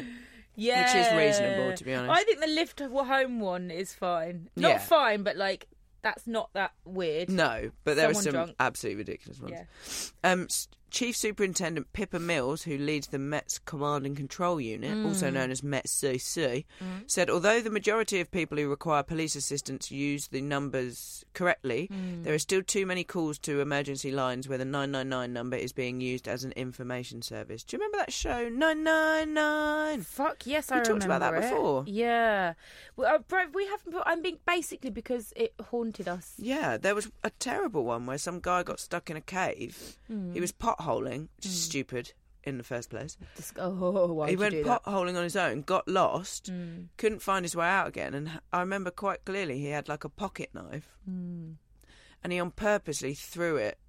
[SPEAKER 3] Yeah.
[SPEAKER 2] reasonable, to be honest.
[SPEAKER 3] I think the lift home one is fine. Not
[SPEAKER 2] Yeah.
[SPEAKER 3] fine, but like, that's not that weird.
[SPEAKER 2] No, but there
[SPEAKER 3] Someone
[SPEAKER 2] are some
[SPEAKER 3] drunk.
[SPEAKER 2] absolutely ridiculous ones.
[SPEAKER 3] Yeah.
[SPEAKER 2] Um, S- Chief Superintendent Pippa Mills, who leads the Met's Command and Control Unit, also known as Met CC, said although the majority of people who require police assistance use the numbers correctly, there are still too many calls to emergency lines where the 999 number is being used as an information service. Do you remember that show 999?
[SPEAKER 3] Fuck yes,
[SPEAKER 2] We
[SPEAKER 3] I
[SPEAKER 2] talked about that
[SPEAKER 3] remember it.
[SPEAKER 2] before.
[SPEAKER 3] Yeah, well, uh, bro, we haven't. Put, I mean, basically because it haunted us.
[SPEAKER 2] Yeah, there was a terrible one where some guy got stuck in a cave. He was potholing, which is stupid in the first place.
[SPEAKER 3] Just, oh, why
[SPEAKER 2] he
[SPEAKER 3] did
[SPEAKER 2] went
[SPEAKER 3] you do that? Mm.
[SPEAKER 2] potholing on his own, got lost, couldn't find his way out again, and h- I remember quite clearly he had like a pocket knife,
[SPEAKER 3] Mm.
[SPEAKER 2] and he on purposely threw it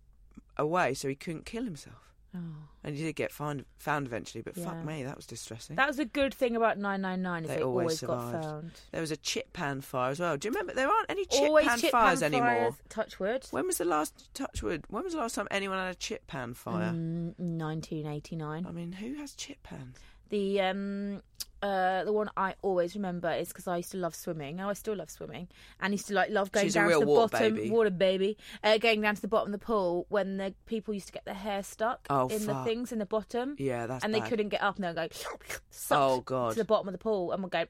[SPEAKER 2] away so he couldn't kill himself.
[SPEAKER 3] Oh.
[SPEAKER 2] And he did get found found eventually, but
[SPEAKER 3] Yeah.
[SPEAKER 2] fuck me, that was distressing.
[SPEAKER 3] That was a good thing about 999 is
[SPEAKER 2] They
[SPEAKER 3] they,
[SPEAKER 2] always
[SPEAKER 3] always,
[SPEAKER 2] survived.
[SPEAKER 3] got found.
[SPEAKER 2] there was a chip pan fire as well. Do you remember? There aren't any chip
[SPEAKER 3] always
[SPEAKER 2] pan
[SPEAKER 3] chip pan
[SPEAKER 2] fires anymore.
[SPEAKER 3] fires. Touch wood.
[SPEAKER 2] When was the last touchwood? When was the last time anyone had a chip pan fire?
[SPEAKER 3] Mm, 1989.
[SPEAKER 2] I mean, who has chip pans?
[SPEAKER 3] The um, uh, the one I always remember is because I used to love swimming. Oh, I still love swimming, and used to like love going
[SPEAKER 2] She's a
[SPEAKER 3] down
[SPEAKER 2] real
[SPEAKER 3] to the
[SPEAKER 2] water
[SPEAKER 3] bottom,
[SPEAKER 2] baby.
[SPEAKER 3] water baby, uh, going down to the bottom of the pool when the people used to get their hair stuck
[SPEAKER 2] Oh,
[SPEAKER 3] in the
[SPEAKER 2] fuck.
[SPEAKER 3] things in the bottom.
[SPEAKER 2] Yeah, that's
[SPEAKER 3] and they
[SPEAKER 2] bad.
[SPEAKER 3] couldn't get up, and they were going sucked
[SPEAKER 2] Oh, God.
[SPEAKER 3] to the bottom of the pool, and we're going.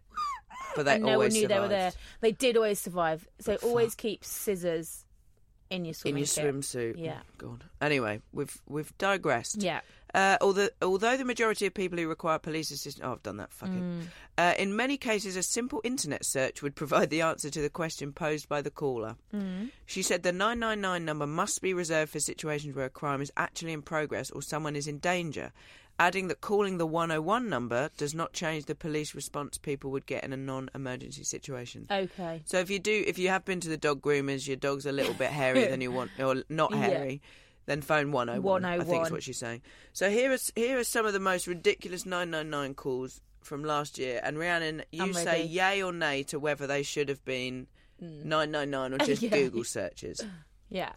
[SPEAKER 2] But they
[SPEAKER 3] and no one
[SPEAKER 2] always
[SPEAKER 3] knew they were there.
[SPEAKER 2] survived.
[SPEAKER 3] They did always survive. So always keep scissors in your
[SPEAKER 2] in
[SPEAKER 3] swimming
[SPEAKER 2] your
[SPEAKER 3] kit.
[SPEAKER 2] swimsuit. Oh,
[SPEAKER 3] Yeah.
[SPEAKER 2] God. Anyway, we've we've digressed.
[SPEAKER 3] Yeah.
[SPEAKER 2] Uh, although, although the majority of people who require police assistance, oh, I've done that
[SPEAKER 3] Mm.
[SPEAKER 2] fucking. Uh, in many cases, a simple internet search would provide the answer to the question posed by the caller.
[SPEAKER 3] Mm.
[SPEAKER 2] She said the 999 number must be reserved for situations where a crime is actually in progress or someone is in danger, adding that calling the 101 number does not change the police response people would get in a non emergency situation.
[SPEAKER 3] Okay.
[SPEAKER 2] So if you do, if you have been to the dog groomers, your dog's a little bit hairy than you want, or not
[SPEAKER 3] Yeah.
[SPEAKER 2] hairy, then phone one hundred one. I think
[SPEAKER 3] 101.
[SPEAKER 2] is what she's saying. So here is here are some of the most ridiculous nine nine nine calls from last year. And Rhiannon, you
[SPEAKER 3] I'm
[SPEAKER 2] say
[SPEAKER 3] ready. Hmm.
[SPEAKER 2] yay or nay to whether they should have been nine nine nine or just
[SPEAKER 3] Yeah.
[SPEAKER 2] Google searches.
[SPEAKER 3] Yeah.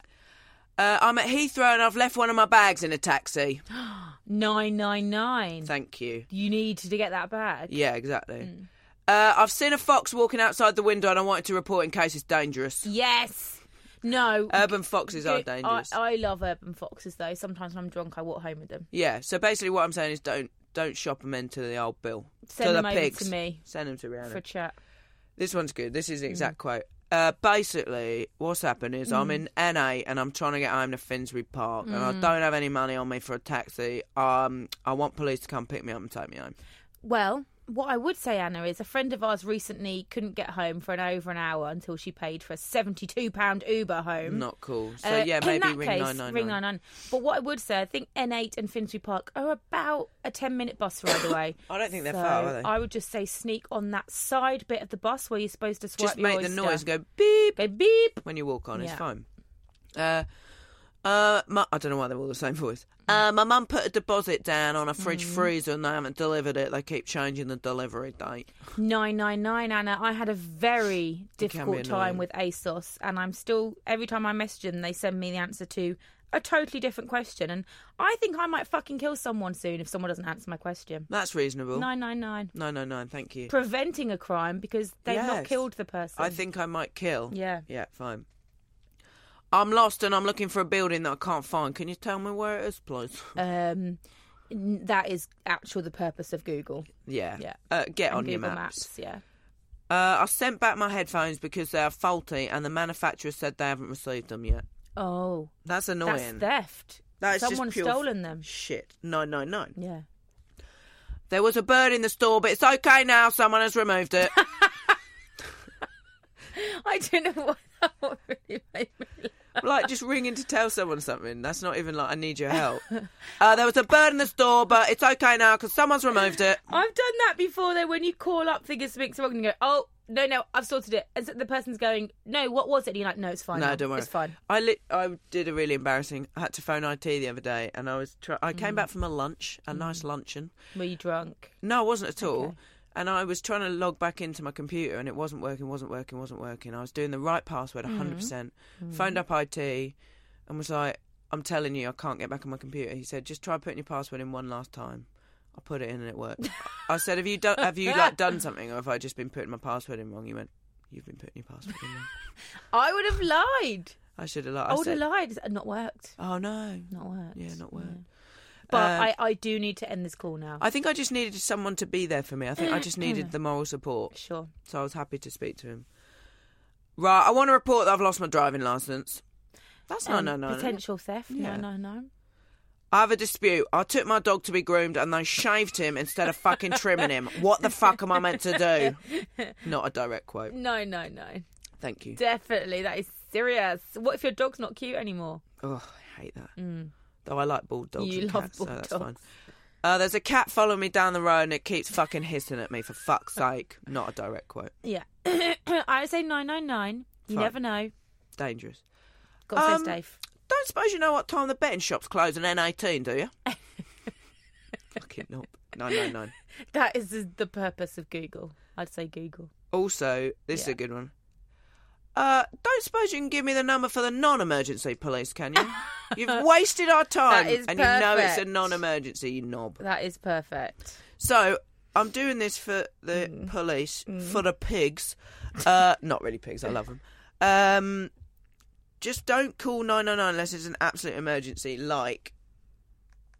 [SPEAKER 2] Uh, I'm at Heathrow and I've left one of my bags in a taxi.
[SPEAKER 3] Hmm. Nine nine nine.
[SPEAKER 2] Thank you.
[SPEAKER 3] You need to get that bag.
[SPEAKER 2] Yeah, exactly.
[SPEAKER 3] Hmm.
[SPEAKER 2] Uh, I've seen a fox walking outside the window and I wanted to report in case it's dangerous.
[SPEAKER 3] Yes. No.
[SPEAKER 2] Urban foxes are
[SPEAKER 3] Good- I-
[SPEAKER 2] dangerous.
[SPEAKER 3] I, love urban foxes though. Sometimes when I'm drunk, I walk home with them.
[SPEAKER 2] Yeah. So basically, what I'm saying is don't don't shop them into the old bill.
[SPEAKER 3] Send
[SPEAKER 2] to
[SPEAKER 3] them
[SPEAKER 2] the
[SPEAKER 3] over to
[SPEAKER 2] pigs.
[SPEAKER 3] me.
[SPEAKER 2] Send them to Rihanna.
[SPEAKER 3] For chat.
[SPEAKER 2] This one's good. This is the
[SPEAKER 3] Mm.
[SPEAKER 2] exact quote. Uh, basically, what's happened is I'm in NA and I'm trying to get home to Finsbury Park and I
[SPEAKER 3] Mm.
[SPEAKER 2] don't have any money on me for a taxi. Um, I want police to come pick me up and take me home.
[SPEAKER 3] Well, what I would say, Anna, is a friend of ours recently couldn't get home for an over an hour until she paid for a seventy-two pound Uber home.
[SPEAKER 2] Not cool. So
[SPEAKER 3] Uh,
[SPEAKER 2] yeah,
[SPEAKER 3] in
[SPEAKER 2] maybe
[SPEAKER 3] that
[SPEAKER 2] ring
[SPEAKER 3] case,
[SPEAKER 2] nine nine
[SPEAKER 3] Ring
[SPEAKER 2] nine.
[SPEAKER 3] 99. But what I would say, I think N8 and Finsbury Park are about a 10 minute bus ride away.
[SPEAKER 2] I don't think they're
[SPEAKER 3] so
[SPEAKER 2] far, are they?
[SPEAKER 3] I would just say sneak on that side bit of the bus where you're supposed to swipe
[SPEAKER 2] Just
[SPEAKER 3] your
[SPEAKER 2] make the
[SPEAKER 3] Oyster.
[SPEAKER 2] noise. Go beep
[SPEAKER 3] Go beep.
[SPEAKER 2] when you walk on. It's
[SPEAKER 3] Yeah.
[SPEAKER 2] fine. Uh, uh, my, I don't know why they're all the same voice. Uh, my mum put a deposit down on a fridge
[SPEAKER 3] Mm.
[SPEAKER 2] freezer and they haven't delivered it. They keep changing the delivery date.
[SPEAKER 3] 999, Anna. I had a very difficult
[SPEAKER 2] annoying.
[SPEAKER 3] time with ASOS, and I'm still, every time I message them, they send me the answer to a totally different question. And I think I might fucking kill someone soon if someone doesn't answer my question.
[SPEAKER 2] That's reasonable.
[SPEAKER 3] 999.
[SPEAKER 2] No, no, no. Thank you.
[SPEAKER 3] Preventing a crime because they've not
[SPEAKER 2] Yes.
[SPEAKER 3] killed the person.
[SPEAKER 2] I think I might kill.
[SPEAKER 3] Yeah.
[SPEAKER 2] Yeah, fine. I'm lost and I'm looking for a building that I can't find. Can you tell me where it is, please?
[SPEAKER 3] um, n- that is actual the purpose of Google
[SPEAKER 2] yeah.
[SPEAKER 3] yeah.
[SPEAKER 2] Uh, get
[SPEAKER 3] and
[SPEAKER 2] on your
[SPEAKER 3] Google
[SPEAKER 2] maps.
[SPEAKER 3] Yeah,
[SPEAKER 2] Uh, I sent back my headphones because they are faulty and the manufacturer said they haven't received them yet.
[SPEAKER 3] oh,
[SPEAKER 2] That's
[SPEAKER 3] that's
[SPEAKER 2] annoying.
[SPEAKER 3] theft.
[SPEAKER 2] That is just
[SPEAKER 3] Someone's
[SPEAKER 2] pure
[SPEAKER 3] stolen them.
[SPEAKER 2] Shit. No, no, no.
[SPEAKER 3] Yeah,
[SPEAKER 2] There was a bird in the store, but it's okay now. Someone has removed it.
[SPEAKER 3] I don't know what that one really made me. laugh.
[SPEAKER 2] like just ringing to tell someone something. That's not even like I need your help. Uh, there was a bird in the store, but it's okay now because someone's removed it.
[SPEAKER 3] I've done that before though. When you call up, figure something's wrong, and you go, oh. No, no, I've sorted it. And so the person's going, no, what was it? And you're like, no, it's fine.
[SPEAKER 2] No,
[SPEAKER 3] now.
[SPEAKER 2] don't worry.
[SPEAKER 3] It's fine.
[SPEAKER 2] I li- I did a really embarrassing. I had to phone IT the other day, and I was. Try- I
[SPEAKER 3] Mm.
[SPEAKER 2] came back from a lunch, a nice luncheon.
[SPEAKER 3] Were you drunk?
[SPEAKER 2] No, I wasn't at all. And I was trying to log back into my computer, and it wasn't working, wasn't working, wasn't working. I was doing the right password, 100%. percent Phoned up IT and was like, I'm telling you, I can't get back on my computer. He said, just try putting your password in one last time. I put it in and it worked. I said, have you done, have you like done something, or have I just been putting my password in wrong? He went, you've been putting your password in wrong.
[SPEAKER 3] I would have lied.
[SPEAKER 2] I should have like,
[SPEAKER 3] I
[SPEAKER 2] I
[SPEAKER 3] would have
[SPEAKER 2] said,
[SPEAKER 3] lied. It's Not worked.
[SPEAKER 2] oh no,
[SPEAKER 3] Not worked.
[SPEAKER 2] yeah, not work.
[SPEAKER 3] But
[SPEAKER 2] Uh,
[SPEAKER 3] I, I do need to end this call now.
[SPEAKER 2] I think I just needed someone to be there for me. I think I just needed the moral support.
[SPEAKER 3] sure.
[SPEAKER 2] so I was happy to speak to him. Right, I want to report that I've lost my driving license. That's no,
[SPEAKER 3] Um,
[SPEAKER 2] no, no. no.
[SPEAKER 3] Potential theft.
[SPEAKER 2] Yeah.
[SPEAKER 3] No, no, no.
[SPEAKER 2] I have a dispute. I took my dog to be groomed and they shaved him instead of fucking trimming him. What the fuck am I meant to do? Not a direct quote.
[SPEAKER 3] No, no, no.
[SPEAKER 2] Thank you.
[SPEAKER 3] Definitely. That is serious. What if your dog's not cute anymore?
[SPEAKER 2] Oh, I hate that. Though I like bald dogs
[SPEAKER 3] Mm. You
[SPEAKER 2] and
[SPEAKER 3] love
[SPEAKER 2] cats, so
[SPEAKER 3] bald
[SPEAKER 2] that's
[SPEAKER 3] dogs.
[SPEAKER 2] fine. Uh, there's a cat following me down the road and it keeps fucking hissing at me for fuck's sake. Not a direct quote.
[SPEAKER 3] Yeah. I would say 999. You
[SPEAKER 2] Fine.
[SPEAKER 3] never know.
[SPEAKER 2] Dangerous.
[SPEAKER 3] God
[SPEAKER 2] Um,
[SPEAKER 3] so safe.
[SPEAKER 2] Don't suppose you know what time the betting shop's close on N18, do you? Fucking nope. No, no, no.
[SPEAKER 3] That is the- the purpose of Google. I'd say Google.
[SPEAKER 2] Also, this is a
[SPEAKER 3] Yeah.
[SPEAKER 2] good one. Uh, don't suppose you can give me the number for the non-emergency police, can you? You've wasted our time,
[SPEAKER 3] That is
[SPEAKER 2] and you know it's a
[SPEAKER 3] perfect.
[SPEAKER 2] non-emergency, you knob.
[SPEAKER 3] That is perfect.
[SPEAKER 2] So I'm doing this for the police, for the pigs. Uh, not really pigs. I love them. Um, just don't call 999 unless it's an absolute emergency. Like,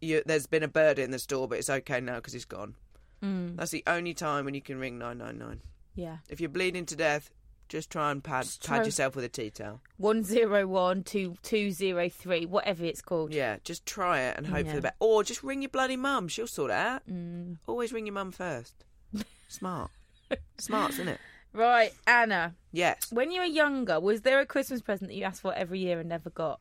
[SPEAKER 2] you, there's been a bird in the store, but it's okay now because it's gone. That's the only time when you can ring 999.
[SPEAKER 3] Yeah.
[SPEAKER 2] If you're bleeding to death, just try and pad,
[SPEAKER 3] try-
[SPEAKER 2] pad yourself with a tea towel.
[SPEAKER 3] 101 two- 203, whatever it's called.
[SPEAKER 2] Yeah, just try it and hope for
[SPEAKER 3] Yeah.
[SPEAKER 2] the best. Or just ring your bloody mum. She'll sort it out. Always ring your mum first. Smart. Smart's in it.
[SPEAKER 3] Right, Anna,
[SPEAKER 2] Yes.
[SPEAKER 3] when you were younger, was there a Christmas present that you asked for every year and never got?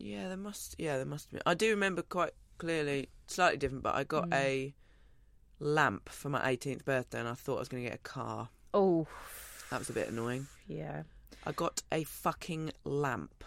[SPEAKER 2] Yeah, there must. Yeah, there must be. I do remember quite clearly, slightly different, but I got
[SPEAKER 3] Mm.
[SPEAKER 2] a lamp for my 18th birthday, and I thought I was going to get a car.
[SPEAKER 3] Oh,
[SPEAKER 2] That was a bit annoying.
[SPEAKER 3] yeah.
[SPEAKER 2] I got a fucking lamp.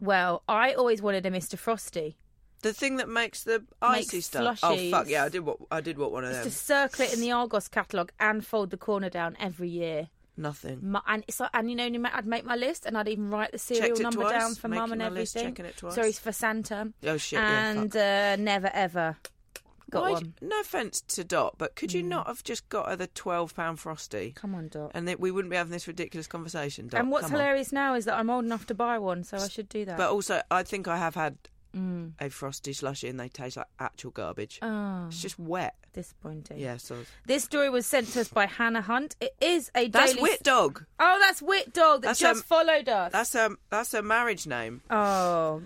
[SPEAKER 3] Well, I always wanted a Mr. Frosty.
[SPEAKER 2] The thing that makes the icy
[SPEAKER 3] Makes
[SPEAKER 2] stuff.
[SPEAKER 3] slushies.
[SPEAKER 2] Oh fuck yeah! I did what I did. What one of
[SPEAKER 3] Just
[SPEAKER 2] them?
[SPEAKER 3] to circle it in the Argos catalogue and fold the corner down every year.
[SPEAKER 2] Nothing.
[SPEAKER 3] My, and it's like, and you know, no matter- I'd make my list and I'd even write the serial
[SPEAKER 2] Checked it
[SPEAKER 3] number
[SPEAKER 2] twice,
[SPEAKER 3] down for mum
[SPEAKER 2] making
[SPEAKER 3] and
[SPEAKER 2] my list,
[SPEAKER 3] everything.
[SPEAKER 2] checking it twice.
[SPEAKER 3] Sorry, it's for Santa.
[SPEAKER 2] Oh shit! yeah, fuck.
[SPEAKER 3] and uh, never ever got
[SPEAKER 2] Why d-
[SPEAKER 3] one. Mm.
[SPEAKER 2] No offense to Dot, but could you not have just got her the twelve pound frosty,
[SPEAKER 3] Come on, Dot.
[SPEAKER 2] and that we wouldn't be having this ridiculous conversation? Uh, Dot,
[SPEAKER 3] And what's
[SPEAKER 2] come on.
[SPEAKER 3] hilarious now is that I'm old enough to buy one, so I should do that.
[SPEAKER 2] But also, I think I have had
[SPEAKER 3] Mm.
[SPEAKER 2] a frosty slushy, and they taste like actual garbage.
[SPEAKER 3] oh,
[SPEAKER 2] It's just wet.
[SPEAKER 3] disappointing.
[SPEAKER 2] Yeah, so
[SPEAKER 3] This story was sent to us by Hannah Hunt. It is a
[SPEAKER 2] that's
[SPEAKER 3] daily.
[SPEAKER 2] Wit Dog.
[SPEAKER 3] Oh, that's Wit Dog that
[SPEAKER 2] That's,
[SPEAKER 3] just
[SPEAKER 2] um,
[SPEAKER 3] followed us.
[SPEAKER 2] That's her. That's her marriage name.
[SPEAKER 3] Oh,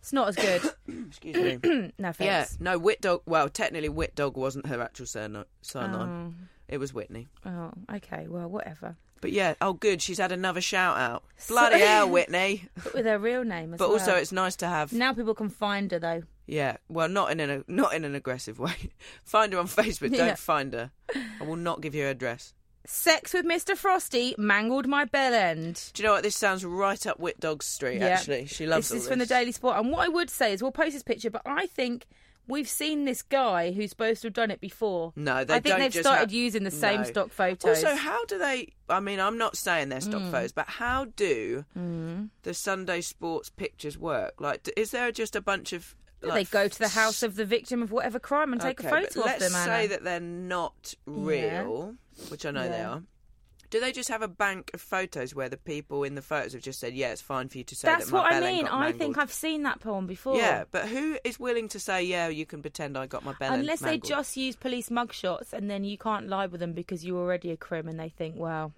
[SPEAKER 3] it's not as good.
[SPEAKER 2] Excuse me.
[SPEAKER 3] no
[SPEAKER 2] yeah,
[SPEAKER 3] thanks.
[SPEAKER 2] no Wit Dog. Well, technically, Wit Dog wasn't her actual surno- surname. It was Whitney.
[SPEAKER 3] Oh, okay. Well, whatever.
[SPEAKER 2] But yeah, oh good, she's had another shout out. Bloody
[SPEAKER 3] So-
[SPEAKER 2] hell, Whitney.
[SPEAKER 3] But with her real name as
[SPEAKER 2] But
[SPEAKER 3] well.
[SPEAKER 2] also, it's nice to have.
[SPEAKER 3] now people can find her though.
[SPEAKER 2] Yeah, well, not in an not in an aggressive way. find her on Facebook. Don't
[SPEAKER 3] Yeah.
[SPEAKER 2] find her. I will not give you her address.
[SPEAKER 3] Sex with Mr. Frosty mangled my bell end.
[SPEAKER 2] Do you know what? This sounds right up Whit Dog's street.
[SPEAKER 3] Yeah.
[SPEAKER 2] Actually, she loves
[SPEAKER 3] this is
[SPEAKER 2] all
[SPEAKER 3] from the Daily Sport, and what I would say is we'll post this picture, but I think we've seen this guy who's supposed to have done it before.
[SPEAKER 2] No, they
[SPEAKER 3] I think
[SPEAKER 2] don't
[SPEAKER 3] they've
[SPEAKER 2] just
[SPEAKER 3] started
[SPEAKER 2] have-
[SPEAKER 3] using the same
[SPEAKER 2] No.
[SPEAKER 3] stock photos.
[SPEAKER 2] Also, how do they? I mean, I'm not saying they're
[SPEAKER 3] Mm.
[SPEAKER 2] stock photos, but how do the Sunday sports pictures work? Like, d- is there just a bunch of
[SPEAKER 3] Yeah,
[SPEAKER 2] like,
[SPEAKER 3] they go to the house of the victim of whatever crime and take a
[SPEAKER 2] okay, but
[SPEAKER 3] photo of
[SPEAKER 2] let's
[SPEAKER 3] them. Anna.
[SPEAKER 2] say that they're not real, which I know they
[SPEAKER 3] Yeah.
[SPEAKER 2] are. Do they just have a bank of photos where the people in the photos have just said, "Yeah, it's fine for you to say
[SPEAKER 3] That's
[SPEAKER 2] that my
[SPEAKER 3] what I
[SPEAKER 2] bell end
[SPEAKER 3] mean.
[SPEAKER 2] got
[SPEAKER 3] I
[SPEAKER 2] mangled."
[SPEAKER 3] think I've seen that poem before.
[SPEAKER 2] Yeah, but who is willing to say, yeah, you can pretend I got my bell end
[SPEAKER 3] Unless
[SPEAKER 2] mangled?
[SPEAKER 3] they just use police mugshots and then you can't lie with them because you're already a crim and they think, well,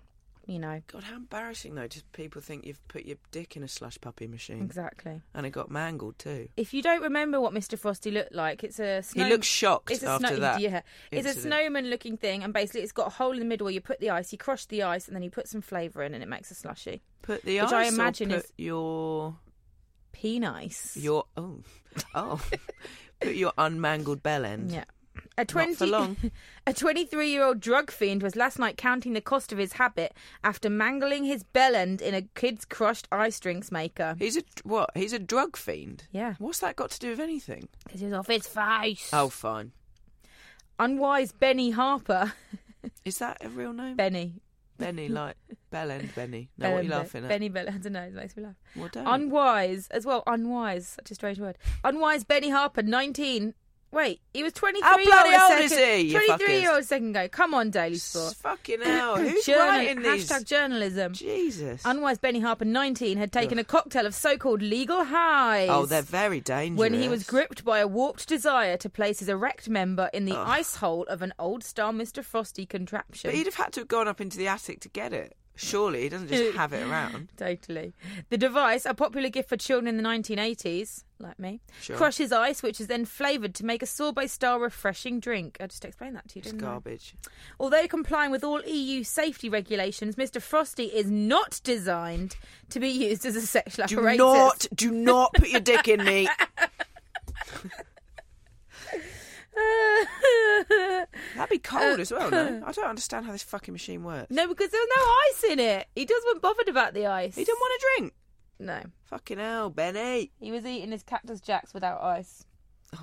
[SPEAKER 3] you know,
[SPEAKER 2] God, how embarrassing though! Just people think you've put your dick in a slush puppy machine,
[SPEAKER 3] exactly.
[SPEAKER 2] and it got mangled too.
[SPEAKER 3] If you don't remember what Mr. Frosty looked like, it's a snow-
[SPEAKER 2] looks shocked
[SPEAKER 3] it's a
[SPEAKER 2] after that
[SPEAKER 3] Yeah, it's a
[SPEAKER 2] incident.
[SPEAKER 3] snowman looking thing, and basically it's got a hole in the middle where you put the ice, you crush the ice, and then you put some flavour in, and it makes a slushy.
[SPEAKER 2] Put the
[SPEAKER 3] Which I
[SPEAKER 2] ice
[SPEAKER 3] imagine
[SPEAKER 2] or
[SPEAKER 3] is-
[SPEAKER 2] put your
[SPEAKER 3] Peen ice.
[SPEAKER 2] your oh oh put your unmangled bell end.
[SPEAKER 3] Yeah. A
[SPEAKER 2] for
[SPEAKER 3] 20,
[SPEAKER 2] long.
[SPEAKER 3] a 23-year-old drug fiend was last night counting the cost of his habit after mangling his bell end in a kid's crushed ice drinks maker
[SPEAKER 2] He's a what? He's a drug fiend.
[SPEAKER 3] Yeah.
[SPEAKER 2] What's that got to do with anything?
[SPEAKER 3] because he was off his face.
[SPEAKER 2] Oh, fine.
[SPEAKER 3] Unwise Benny Harper.
[SPEAKER 2] Is that a real name?
[SPEAKER 3] Benny.
[SPEAKER 2] Benny, like bell end Benny. No,
[SPEAKER 3] Bell
[SPEAKER 2] what are
[SPEAKER 3] end
[SPEAKER 2] you
[SPEAKER 3] Be-
[SPEAKER 2] laughing at?
[SPEAKER 3] Benny Bell. I don't know. It makes me laugh.
[SPEAKER 2] Well, don't.
[SPEAKER 3] Unwise as well. Unwise. Such a strange word. Unwise Benny Harper, 19. Wait, he was 23
[SPEAKER 2] How bloody
[SPEAKER 3] a
[SPEAKER 2] old
[SPEAKER 3] second,
[SPEAKER 2] is he, you
[SPEAKER 3] 23 year
[SPEAKER 2] fuckers?
[SPEAKER 3] old second ago. Come on, Daily Sport.
[SPEAKER 2] Fucking hell! Who's
[SPEAKER 3] Journal-
[SPEAKER 2] writing these?
[SPEAKER 3] Hashtag journalism.
[SPEAKER 2] Jesus.
[SPEAKER 3] Unwise Benny Harper, 19, had taken a cocktail of so called legal highs.
[SPEAKER 2] Oh, they're very dangerous.
[SPEAKER 3] When he was gripped by a warped desire to place his erect member in the ice hole of an old style Mr. Frosty contraption.
[SPEAKER 2] But he'd have had to have gone up into the attic to get it. Surely he doesn't just have it around.
[SPEAKER 3] Totally. The device, a popular gift for children in the 1980s, like me,
[SPEAKER 2] Sure.
[SPEAKER 3] crushes ice, which is then flavoured to make a sorbet style refreshing drink. I just explained that to you,
[SPEAKER 2] It's
[SPEAKER 3] didn't I?
[SPEAKER 2] garbage.
[SPEAKER 3] Although complying with all EU safety regulations, Mr. Frosty is not designed to be used as a sexual
[SPEAKER 2] Do
[SPEAKER 3] apparatus.
[SPEAKER 2] not, do not put your dick in me. That'd be cold as well, no? I don't understand how this fucking machine works.
[SPEAKER 3] no, because there was no ice in it. He just wasn't bothered about the ice.
[SPEAKER 2] He didn't want a drink.
[SPEAKER 3] No.
[SPEAKER 2] Fucking hell, Benny.
[SPEAKER 3] He was eating his cactus jacks without ice. Uh,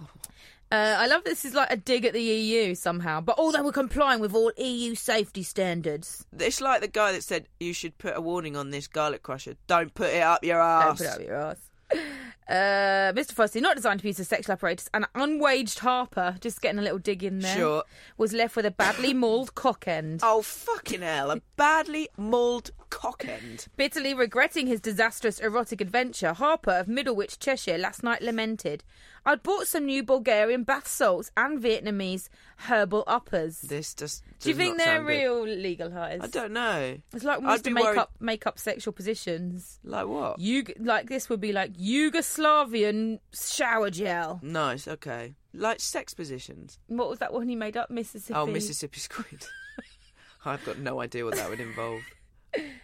[SPEAKER 3] I love this is like a dig at the EU somehow, but although we're complying with all EU safety standards,
[SPEAKER 2] It's like the guy that said you should put a warning on this garlic crusher. Don't put it up your
[SPEAKER 3] don't
[SPEAKER 2] ass.
[SPEAKER 3] put it up your ass. Uh, Mr. Fussy, not designed to be used as sexual apparatus, and unwaged Harper, just getting a little dig in there,
[SPEAKER 2] Sure.
[SPEAKER 3] was left with a badly mauled cock end.
[SPEAKER 2] Oh, fucking hell. A badly mauled cock end.
[SPEAKER 3] Bitterly regretting his disastrous erotic adventure, Harper of Middlewich, Cheshire, last night lamented, I'd bought some new Bulgarian bath salts and Vietnamese herbal uppers.
[SPEAKER 2] This just.
[SPEAKER 3] Do you
[SPEAKER 2] does
[SPEAKER 3] think
[SPEAKER 2] not
[SPEAKER 3] they're
[SPEAKER 2] sound good.
[SPEAKER 3] real legal highs?
[SPEAKER 2] I don't know.
[SPEAKER 3] It's like we
[SPEAKER 2] I'd
[SPEAKER 3] used to
[SPEAKER 2] be
[SPEAKER 3] make
[SPEAKER 2] worried-
[SPEAKER 3] up make up sexual positions.
[SPEAKER 2] Like what?
[SPEAKER 3] You like this would be like Yugoslavian shower gel.
[SPEAKER 2] Nice, okay. Like sex positions.
[SPEAKER 3] What was that one you made up, Mississippi?
[SPEAKER 2] Oh, Mississippi squid. I've got no idea what that would involve.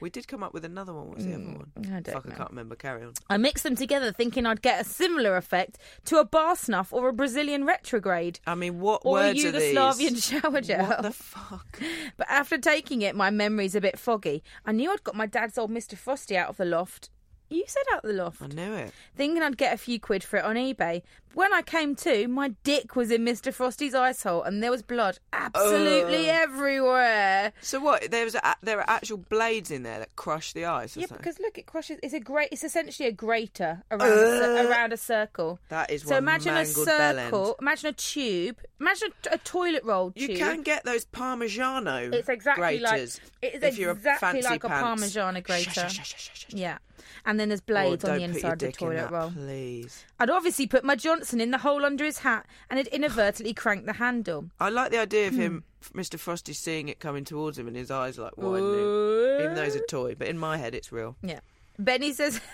[SPEAKER 2] We did come up with another one. What was the other one?
[SPEAKER 3] Mm, I don't
[SPEAKER 2] Fuck,
[SPEAKER 3] know.
[SPEAKER 2] I can't remember. Carry on.
[SPEAKER 3] I mixed them together, thinking I'd get a similar effect to a bar snuff or a Brazilian retrograde.
[SPEAKER 2] I mean, what
[SPEAKER 3] Or a
[SPEAKER 2] words are these?
[SPEAKER 3] Yugoslavian shower gel.
[SPEAKER 2] What the fuck?
[SPEAKER 3] But after taking it, my memory's a bit foggy. I knew I'd got my dad's old Mr. Frosty out of the loft. You said out of the loft.
[SPEAKER 2] I knew it.
[SPEAKER 3] Thinking I'd get a few quid for it on eBay. But when I came to, my dick was in Mr. Frosty's ice hole and there was blood absolutely everywhere.
[SPEAKER 2] So what? There was a, there are actual blades in there that crush the ice. or
[SPEAKER 3] Yeah,
[SPEAKER 2] something?
[SPEAKER 3] because look, it crushes. It's a great. It's essentially a grater around a cir- around a circle.
[SPEAKER 2] That is
[SPEAKER 3] So
[SPEAKER 2] one
[SPEAKER 3] imagine a
[SPEAKER 2] mangled bell end.
[SPEAKER 3] circle. Imagine a tube. Imagine a, t- a toilet roll
[SPEAKER 2] you
[SPEAKER 3] tube.
[SPEAKER 2] can get those Parmigiano.
[SPEAKER 3] It's exactly like-
[SPEAKER 2] graters
[SPEAKER 3] it is
[SPEAKER 2] if you're
[SPEAKER 3] exactly
[SPEAKER 2] fancy
[SPEAKER 3] like a
[SPEAKER 2] pants.
[SPEAKER 3] Parmigiana
[SPEAKER 2] Shh,
[SPEAKER 3] grater.
[SPEAKER 2] shh, shh, shh, shh, shh.
[SPEAKER 3] Yeah, and then there's
[SPEAKER 2] Oh,
[SPEAKER 3] blades
[SPEAKER 2] don't
[SPEAKER 3] on
[SPEAKER 2] put
[SPEAKER 3] the
[SPEAKER 2] your
[SPEAKER 3] inside of the
[SPEAKER 2] dick in
[SPEAKER 3] toilet
[SPEAKER 2] that,
[SPEAKER 3] roll.
[SPEAKER 2] Please.
[SPEAKER 3] I'd obviously put my Johnson in the hole under his hat and had inadvertently cranked the handle.
[SPEAKER 2] I like the idea of him,
[SPEAKER 3] Hmm.
[SPEAKER 2] Mr. Frosty, seeing it coming towards him and his eyes like widening. Even though it's a toy, but in my head it's real.
[SPEAKER 3] Yeah. Benny says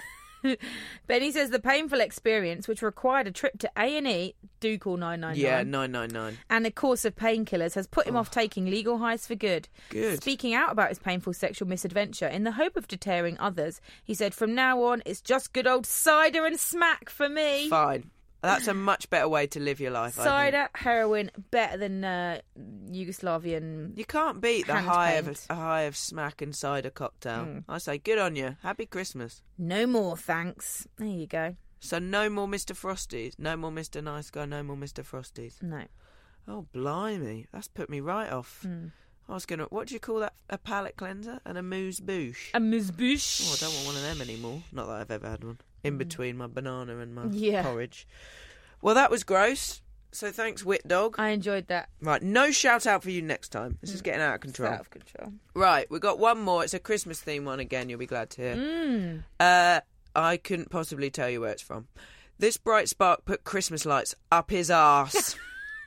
[SPEAKER 3] Benny says the painful experience which required a E, trip to A&E do call 999.
[SPEAKER 2] Yeah, nine nine nine.
[SPEAKER 3] and a course of painkillers has put him off taking legal highs for good.
[SPEAKER 2] Good.
[SPEAKER 3] Speaking out about his painful sexual misadventure in the hope of deterring others, he said, From now on, it's just good old cider and smack for me.
[SPEAKER 2] Fine. That's a much better way to live your life. I think.
[SPEAKER 3] Cider, heroin, better than uh, Yugoslavian.
[SPEAKER 2] You can't beat the
[SPEAKER 3] Hand
[SPEAKER 2] high
[SPEAKER 3] paint. Hmm.
[SPEAKER 2] of a, high of smack and cider cocktail. I say, good on you. Happy Christmas.
[SPEAKER 3] No more, thanks. There you go.
[SPEAKER 2] So no more Mr. Frosties, no more Mr. Nice Guy, no more Mr. Frosties.
[SPEAKER 3] No.
[SPEAKER 2] Oh blimey, that's put me right off.
[SPEAKER 3] Hmm.
[SPEAKER 2] I was gonna. What do you call that? A palate cleanser and a mousse bouche.
[SPEAKER 3] A mousbouche.
[SPEAKER 2] Oh, I don't want one of them anymore. Not that I've ever had one. In between my banana and my
[SPEAKER 3] Yeah.
[SPEAKER 2] porridge. Well, that was gross. So thanks, Wit Dog.
[SPEAKER 3] I enjoyed that.
[SPEAKER 2] Right, no shout out for you next time. This is getting out of
[SPEAKER 3] It's
[SPEAKER 2] control.
[SPEAKER 3] out of control.
[SPEAKER 2] Right, we got one more. It's a Christmas theme one again. You'll be glad to hear.
[SPEAKER 3] Mm.
[SPEAKER 2] Uh, I couldn't possibly tell you where it's from. This bright spark put Christmas lights up his arse,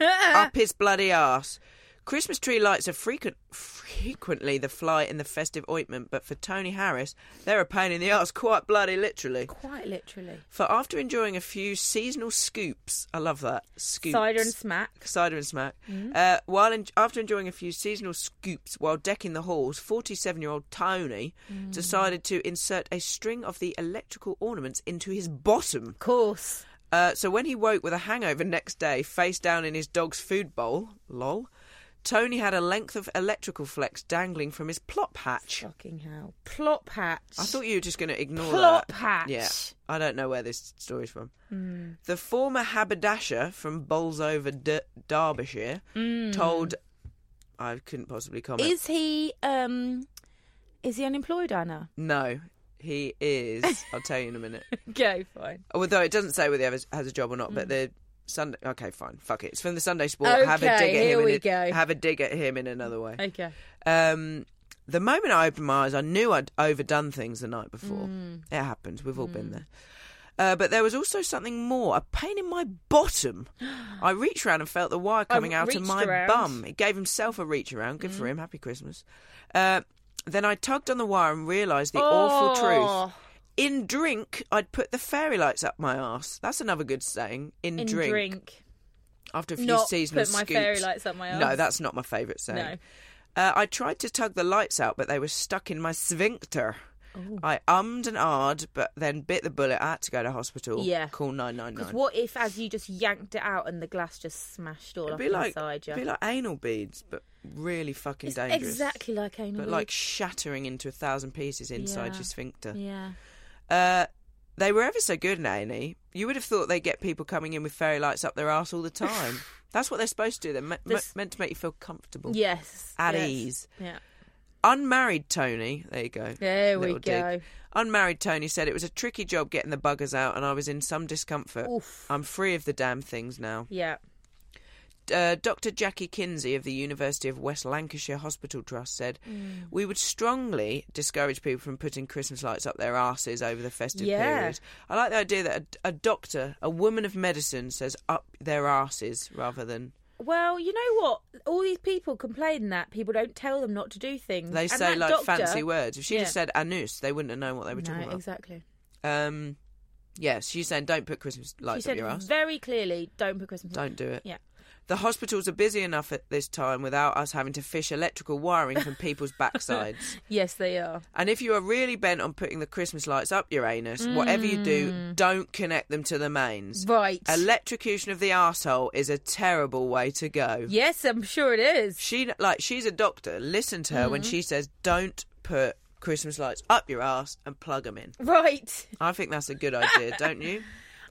[SPEAKER 2] up his bloody arse. Christmas tree lights are frequent, frequently the fly in the festive ointment, but for Tony Harris, they're a pain in the arse, quite bloody literally.
[SPEAKER 3] Quite literally.
[SPEAKER 2] For after enjoying a few seasonal scoops, I love that scoops
[SPEAKER 3] Cider and smack.
[SPEAKER 2] cider and smack. Uh, while en- after enjoying a few seasonal scoops while decking the halls, 47-year-old Tony decided to insert a string of the electrical ornaments into his bottom.
[SPEAKER 3] Of course.
[SPEAKER 2] Uh, so when he woke with a hangover next day, face down in his dog's food bowl, lol, Tony had a length of electrical flex dangling from his plop hatch.
[SPEAKER 3] Fucking hell. Plop hatch.
[SPEAKER 2] I thought you were just going to ignore
[SPEAKER 3] Plop
[SPEAKER 2] that.
[SPEAKER 3] hatch. Hmm.
[SPEAKER 2] Yeah, I don't know where this story's from. The former haberdasher from Bolsover, D- Derbyshire, told. I couldn't possibly comment.
[SPEAKER 3] Hmm. Is he um is he unemployed, Anna?
[SPEAKER 2] No, he is. I'll tell you in a minute.
[SPEAKER 3] Okay, fine.
[SPEAKER 2] Although it doesn't say whether he has- has a job or not,
[SPEAKER 3] Hmm.
[SPEAKER 2] but the Sunday. Okay, fine. Fuck it. It's from the Sunday Sport. have a
[SPEAKER 3] Okay,
[SPEAKER 2] dig at
[SPEAKER 3] here
[SPEAKER 2] him.
[SPEAKER 3] we
[SPEAKER 2] in a-
[SPEAKER 3] go.
[SPEAKER 2] Have a dig at him in another way.
[SPEAKER 3] Okay.
[SPEAKER 2] Um, the moment I opened my eyes, I knew I'd overdone things the night before.
[SPEAKER 3] Mm.
[SPEAKER 2] It happens. We've all been there. Uh, but there was also something more, a pain in my bottom. I reached around and felt the wire coming out of
[SPEAKER 3] reached
[SPEAKER 2] my
[SPEAKER 3] around. Mm.
[SPEAKER 2] bum. It gave himself a reach around. Good for him. Happy Christmas. Uh, then I tugged on the wire and realised the awful
[SPEAKER 3] Oh.
[SPEAKER 2] truth. In drink, I'd put the fairy lights up my arse. That's another good saying. In,
[SPEAKER 3] In
[SPEAKER 2] drink.
[SPEAKER 3] drink.
[SPEAKER 2] After a few
[SPEAKER 3] Not
[SPEAKER 2] seasonal
[SPEAKER 3] put my
[SPEAKER 2] scoops.
[SPEAKER 3] fairy lights up my
[SPEAKER 2] No,
[SPEAKER 3] arse.
[SPEAKER 2] that's not my favourite saying.
[SPEAKER 3] No.
[SPEAKER 2] Uh, I tried to tug the lights out, but they were stuck in my sphincter.
[SPEAKER 3] Oh.
[SPEAKER 2] I ummed and ahed, but then bit the bullet. I had to go to hospital.
[SPEAKER 3] Yeah.
[SPEAKER 2] Call 999.
[SPEAKER 3] Because what if as you just yanked it out and the glass just smashed all
[SPEAKER 2] It'd
[SPEAKER 3] up
[SPEAKER 2] be like,
[SPEAKER 3] inside you?
[SPEAKER 2] it'd be like anal beads, but really fucking
[SPEAKER 3] it's
[SPEAKER 2] dangerous.
[SPEAKER 3] exactly like anal.
[SPEAKER 2] But
[SPEAKER 3] beads.
[SPEAKER 2] like shattering into a thousand pieces inside
[SPEAKER 3] Yeah.
[SPEAKER 2] your sphincter.
[SPEAKER 3] Yeah.
[SPEAKER 2] Uh, they were ever so good in A&E. You would have thought they'd get people coming in with fairy lights up their arse all the time. That's what they're supposed to do. They're me- me-
[SPEAKER 3] This-
[SPEAKER 2] meant to make you feel comfortable.
[SPEAKER 3] Yes.
[SPEAKER 2] At
[SPEAKER 3] yes.
[SPEAKER 2] ease.
[SPEAKER 3] Yeah.
[SPEAKER 2] Unmarried Tony, there you go.
[SPEAKER 3] There we
[SPEAKER 2] Little dig.
[SPEAKER 3] go.
[SPEAKER 2] Unmarried Tony said it was a tricky job getting the buggers out, and I was in some discomfort.
[SPEAKER 3] Oof.
[SPEAKER 2] I'm free of the damn things now.
[SPEAKER 3] Yeah.
[SPEAKER 2] uh, Dr. Jackie Kinsey of the University of West Lancashire Hospital Trust said,
[SPEAKER 3] Mm.
[SPEAKER 2] We would strongly discourage people from putting Christmas lights up their arses over the festive
[SPEAKER 3] Yeah.
[SPEAKER 2] period. I like the idea that a, a doctor, a woman of medicine, says up their arses rather than
[SPEAKER 3] Well, you know what? All these people complain that people don't tell them not to do things.
[SPEAKER 2] they
[SPEAKER 3] And
[SPEAKER 2] say
[SPEAKER 3] that
[SPEAKER 2] like
[SPEAKER 3] doctor-
[SPEAKER 2] fancy words. If she
[SPEAKER 3] Yeah.
[SPEAKER 2] just said anus, they wouldn't have known what they were talking
[SPEAKER 3] No,
[SPEAKER 2] about.
[SPEAKER 3] exactly.
[SPEAKER 2] Um, yeah, she's saying don't put Christmas
[SPEAKER 3] she
[SPEAKER 2] lights up
[SPEAKER 3] said
[SPEAKER 2] your arse.
[SPEAKER 3] very clearly, don't put Christmas.
[SPEAKER 2] Don't do it.
[SPEAKER 3] Yeah.
[SPEAKER 2] The hospitals are busy enough at this time without us having to fish electrical wiring from people's backsides.
[SPEAKER 3] Yes, they are.
[SPEAKER 2] And if you are really bent on putting the Christmas lights up your anus, whatever you do, don't connect them to the mains.
[SPEAKER 3] Right.
[SPEAKER 2] Electrocution of the arsehole is a terrible way to go.
[SPEAKER 3] yes, I'm sure it is.
[SPEAKER 2] She like she's a doctor. Listen to her when she says don't put Christmas lights up your ass and plug them in.
[SPEAKER 3] Right.
[SPEAKER 2] I think that's a good idea, don't you?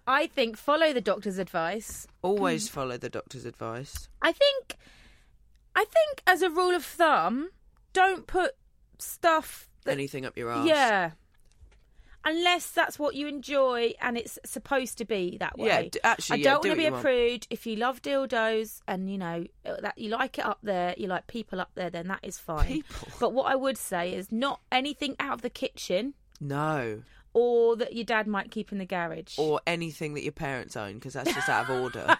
[SPEAKER 3] I think follow the doctor's advice.
[SPEAKER 2] Always follow the doctor's advice.
[SPEAKER 3] I think, I think as a rule of thumb, don't put stuff. That,
[SPEAKER 2] Anything up your ass.
[SPEAKER 3] yeah. Unless that's what you enjoy and it's supposed to be that way.
[SPEAKER 2] Yeah, d- actually,
[SPEAKER 3] I
[SPEAKER 2] yeah,
[SPEAKER 3] don't
[SPEAKER 2] do
[SPEAKER 3] want
[SPEAKER 2] what
[SPEAKER 3] to be
[SPEAKER 2] you
[SPEAKER 3] a
[SPEAKER 2] want.
[SPEAKER 3] prude. If you love dildos and you know uh, that you like it up there, you like people up there, then that is fine.
[SPEAKER 2] People?
[SPEAKER 3] But what I would say is not anything out of the kitchen
[SPEAKER 2] No.
[SPEAKER 3] or that your dad might keep in the garage.
[SPEAKER 2] Or anything that your parents own because that's just out of order.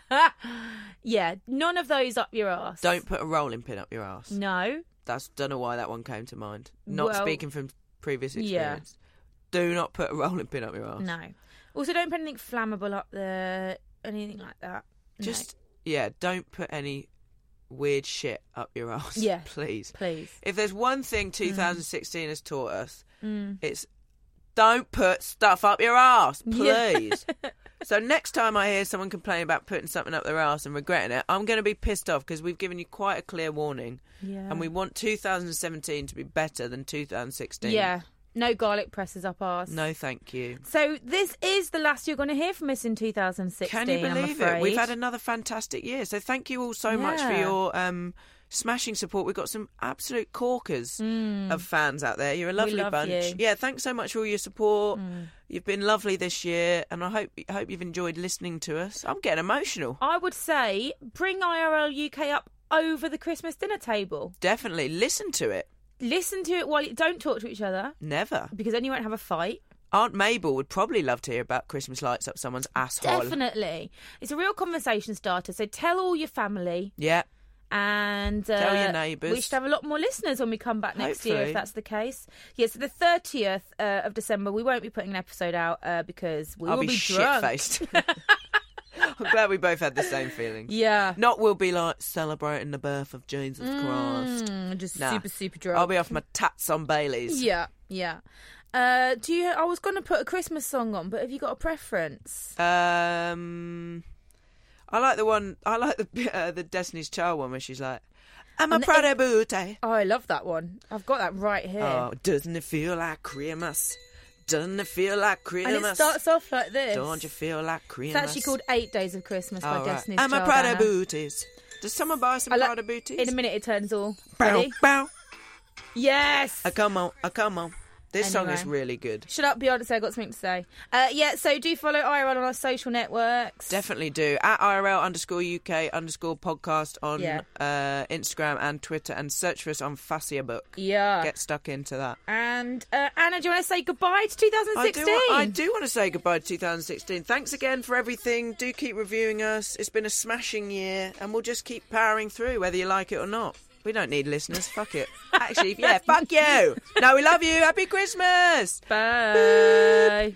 [SPEAKER 3] yeah, none of those up your ass.
[SPEAKER 2] don't put a rolling pin up your ass.
[SPEAKER 3] No.
[SPEAKER 2] That's don't know why that one came to mind. Not
[SPEAKER 3] Well-
[SPEAKER 2] speaking from previous
[SPEAKER 3] Yeah.
[SPEAKER 2] experience. Do not put a rolling pin up your ass.
[SPEAKER 3] No. Also, don't put anything flammable up there, anything like that. No.
[SPEAKER 2] Just yeah, don't put any weird shit up your ass.
[SPEAKER 3] Yeah.
[SPEAKER 2] Please.
[SPEAKER 3] please.
[SPEAKER 2] If there's one
[SPEAKER 3] Hmm.
[SPEAKER 2] thing 2016 has taught us, it's don't put stuff up your ass,
[SPEAKER 3] Yeah.
[SPEAKER 2] please. so next time I hear someone complain about putting something up their ass and regretting it, I'm going to be pissed off because we've given you quite a clear warning,
[SPEAKER 3] Yeah.
[SPEAKER 2] and we want 2017 to be better than 2016.
[SPEAKER 3] Yeah. No garlic presses up ours.
[SPEAKER 2] No, thank you.
[SPEAKER 3] So this is the last you're going to hear from us in 2016.
[SPEAKER 2] Can you
[SPEAKER 3] I'm
[SPEAKER 2] believe
[SPEAKER 3] afraid.
[SPEAKER 2] it? We've had another fantastic year. So thank you all so much for
[SPEAKER 3] Yeah.
[SPEAKER 2] your um, smashing support. We've got some absolute corkers of fans out there. You're a lovely
[SPEAKER 3] Mm. love
[SPEAKER 2] bunch.
[SPEAKER 3] you. Mm.
[SPEAKER 2] Yeah, thanks so much for all your support. You've been lovely this year, and I hope I hope you've enjoyed listening to us. I'm getting emotional.
[SPEAKER 3] I would say bring IRL UK up over the Christmas dinner table.
[SPEAKER 2] Definitely listen to it.
[SPEAKER 3] Listen to it while you don't talk to each other
[SPEAKER 2] Never.
[SPEAKER 3] because then you won't have a fight.
[SPEAKER 2] Aunt Mabel would probably love to hear about Christmas lights up someone's asshole.
[SPEAKER 3] Definitely. It's a real conversation starter. So tell all your family
[SPEAKER 2] Yeah.
[SPEAKER 3] and uh,
[SPEAKER 2] Tell your neighbours.
[SPEAKER 3] We should have a lot more listeners when we come back next year,
[SPEAKER 2] Hopefully.
[SPEAKER 3] if that's the case. Yes, yeah, so the 30th uh, of December, we won't be putting an episode out uh, because we
[SPEAKER 2] I'll
[SPEAKER 3] will
[SPEAKER 2] be,
[SPEAKER 3] be,
[SPEAKER 2] shit
[SPEAKER 3] drunk.
[SPEAKER 2] faced. I'm glad we both had the same feeling.
[SPEAKER 3] Yeah.
[SPEAKER 2] Not we'll be like celebrating the birth of Jesus Christ.
[SPEAKER 3] Mm, just
[SPEAKER 2] Nah.
[SPEAKER 3] super, super drunk.
[SPEAKER 2] I'll be off my tats on Bailey's.
[SPEAKER 3] Yeah, yeah. Uh, do you? I was going to put a Christmas song on, but have you got a preference?
[SPEAKER 2] Um, I like the one. I like the uh, the Destiny's Child one where she's like, "I'm a
[SPEAKER 3] And the-
[SPEAKER 2] Prada booty."
[SPEAKER 3] Oh, I love that one. I've got that right here.
[SPEAKER 2] Oh, doesn't it feel like Christmas? Doesn't it feel like
[SPEAKER 3] and
[SPEAKER 2] Christmas?
[SPEAKER 3] it starts off like this.
[SPEAKER 2] Don't you feel like
[SPEAKER 3] It's
[SPEAKER 2] Christmas?
[SPEAKER 3] actually called Eight Days of Christmas by
[SPEAKER 2] Oh, right.
[SPEAKER 3] Destiny's
[SPEAKER 2] I'm a
[SPEAKER 3] Child.
[SPEAKER 2] Prada
[SPEAKER 3] Anna.
[SPEAKER 2] booties. Does someone buy some
[SPEAKER 3] I like-
[SPEAKER 2] Prada booties?
[SPEAKER 3] In a minute, it turns all.
[SPEAKER 2] bow,
[SPEAKER 3] Ready?
[SPEAKER 2] bow.
[SPEAKER 3] Yes.
[SPEAKER 2] I come on, I come on. This song is
[SPEAKER 3] Anyway.
[SPEAKER 2] really good.
[SPEAKER 3] Shut up, Beyonce. I got something to say. Uh, yeah. So do follow IRL on our social networks.
[SPEAKER 2] Definitely do. At IRL underscore UK underscore podcast on
[SPEAKER 3] Yeah.
[SPEAKER 2] uh, Instagram and Twitter and search for us on Fascia Book.
[SPEAKER 3] Yeah.
[SPEAKER 2] Get stuck into that.
[SPEAKER 3] and uh, Anna, do you want to say goodbye to
[SPEAKER 2] I
[SPEAKER 3] 2016?
[SPEAKER 2] do, want, I do want to say goodbye to 2016. Thanks again for everything. Do keep reviewing us. It's been a smashing year and we'll just keep powering through whether you like it or not. We don't need listeners. Fuck it. Actually, yeah, fuck you. No, we love you. Happy Christmas.
[SPEAKER 3] Bye.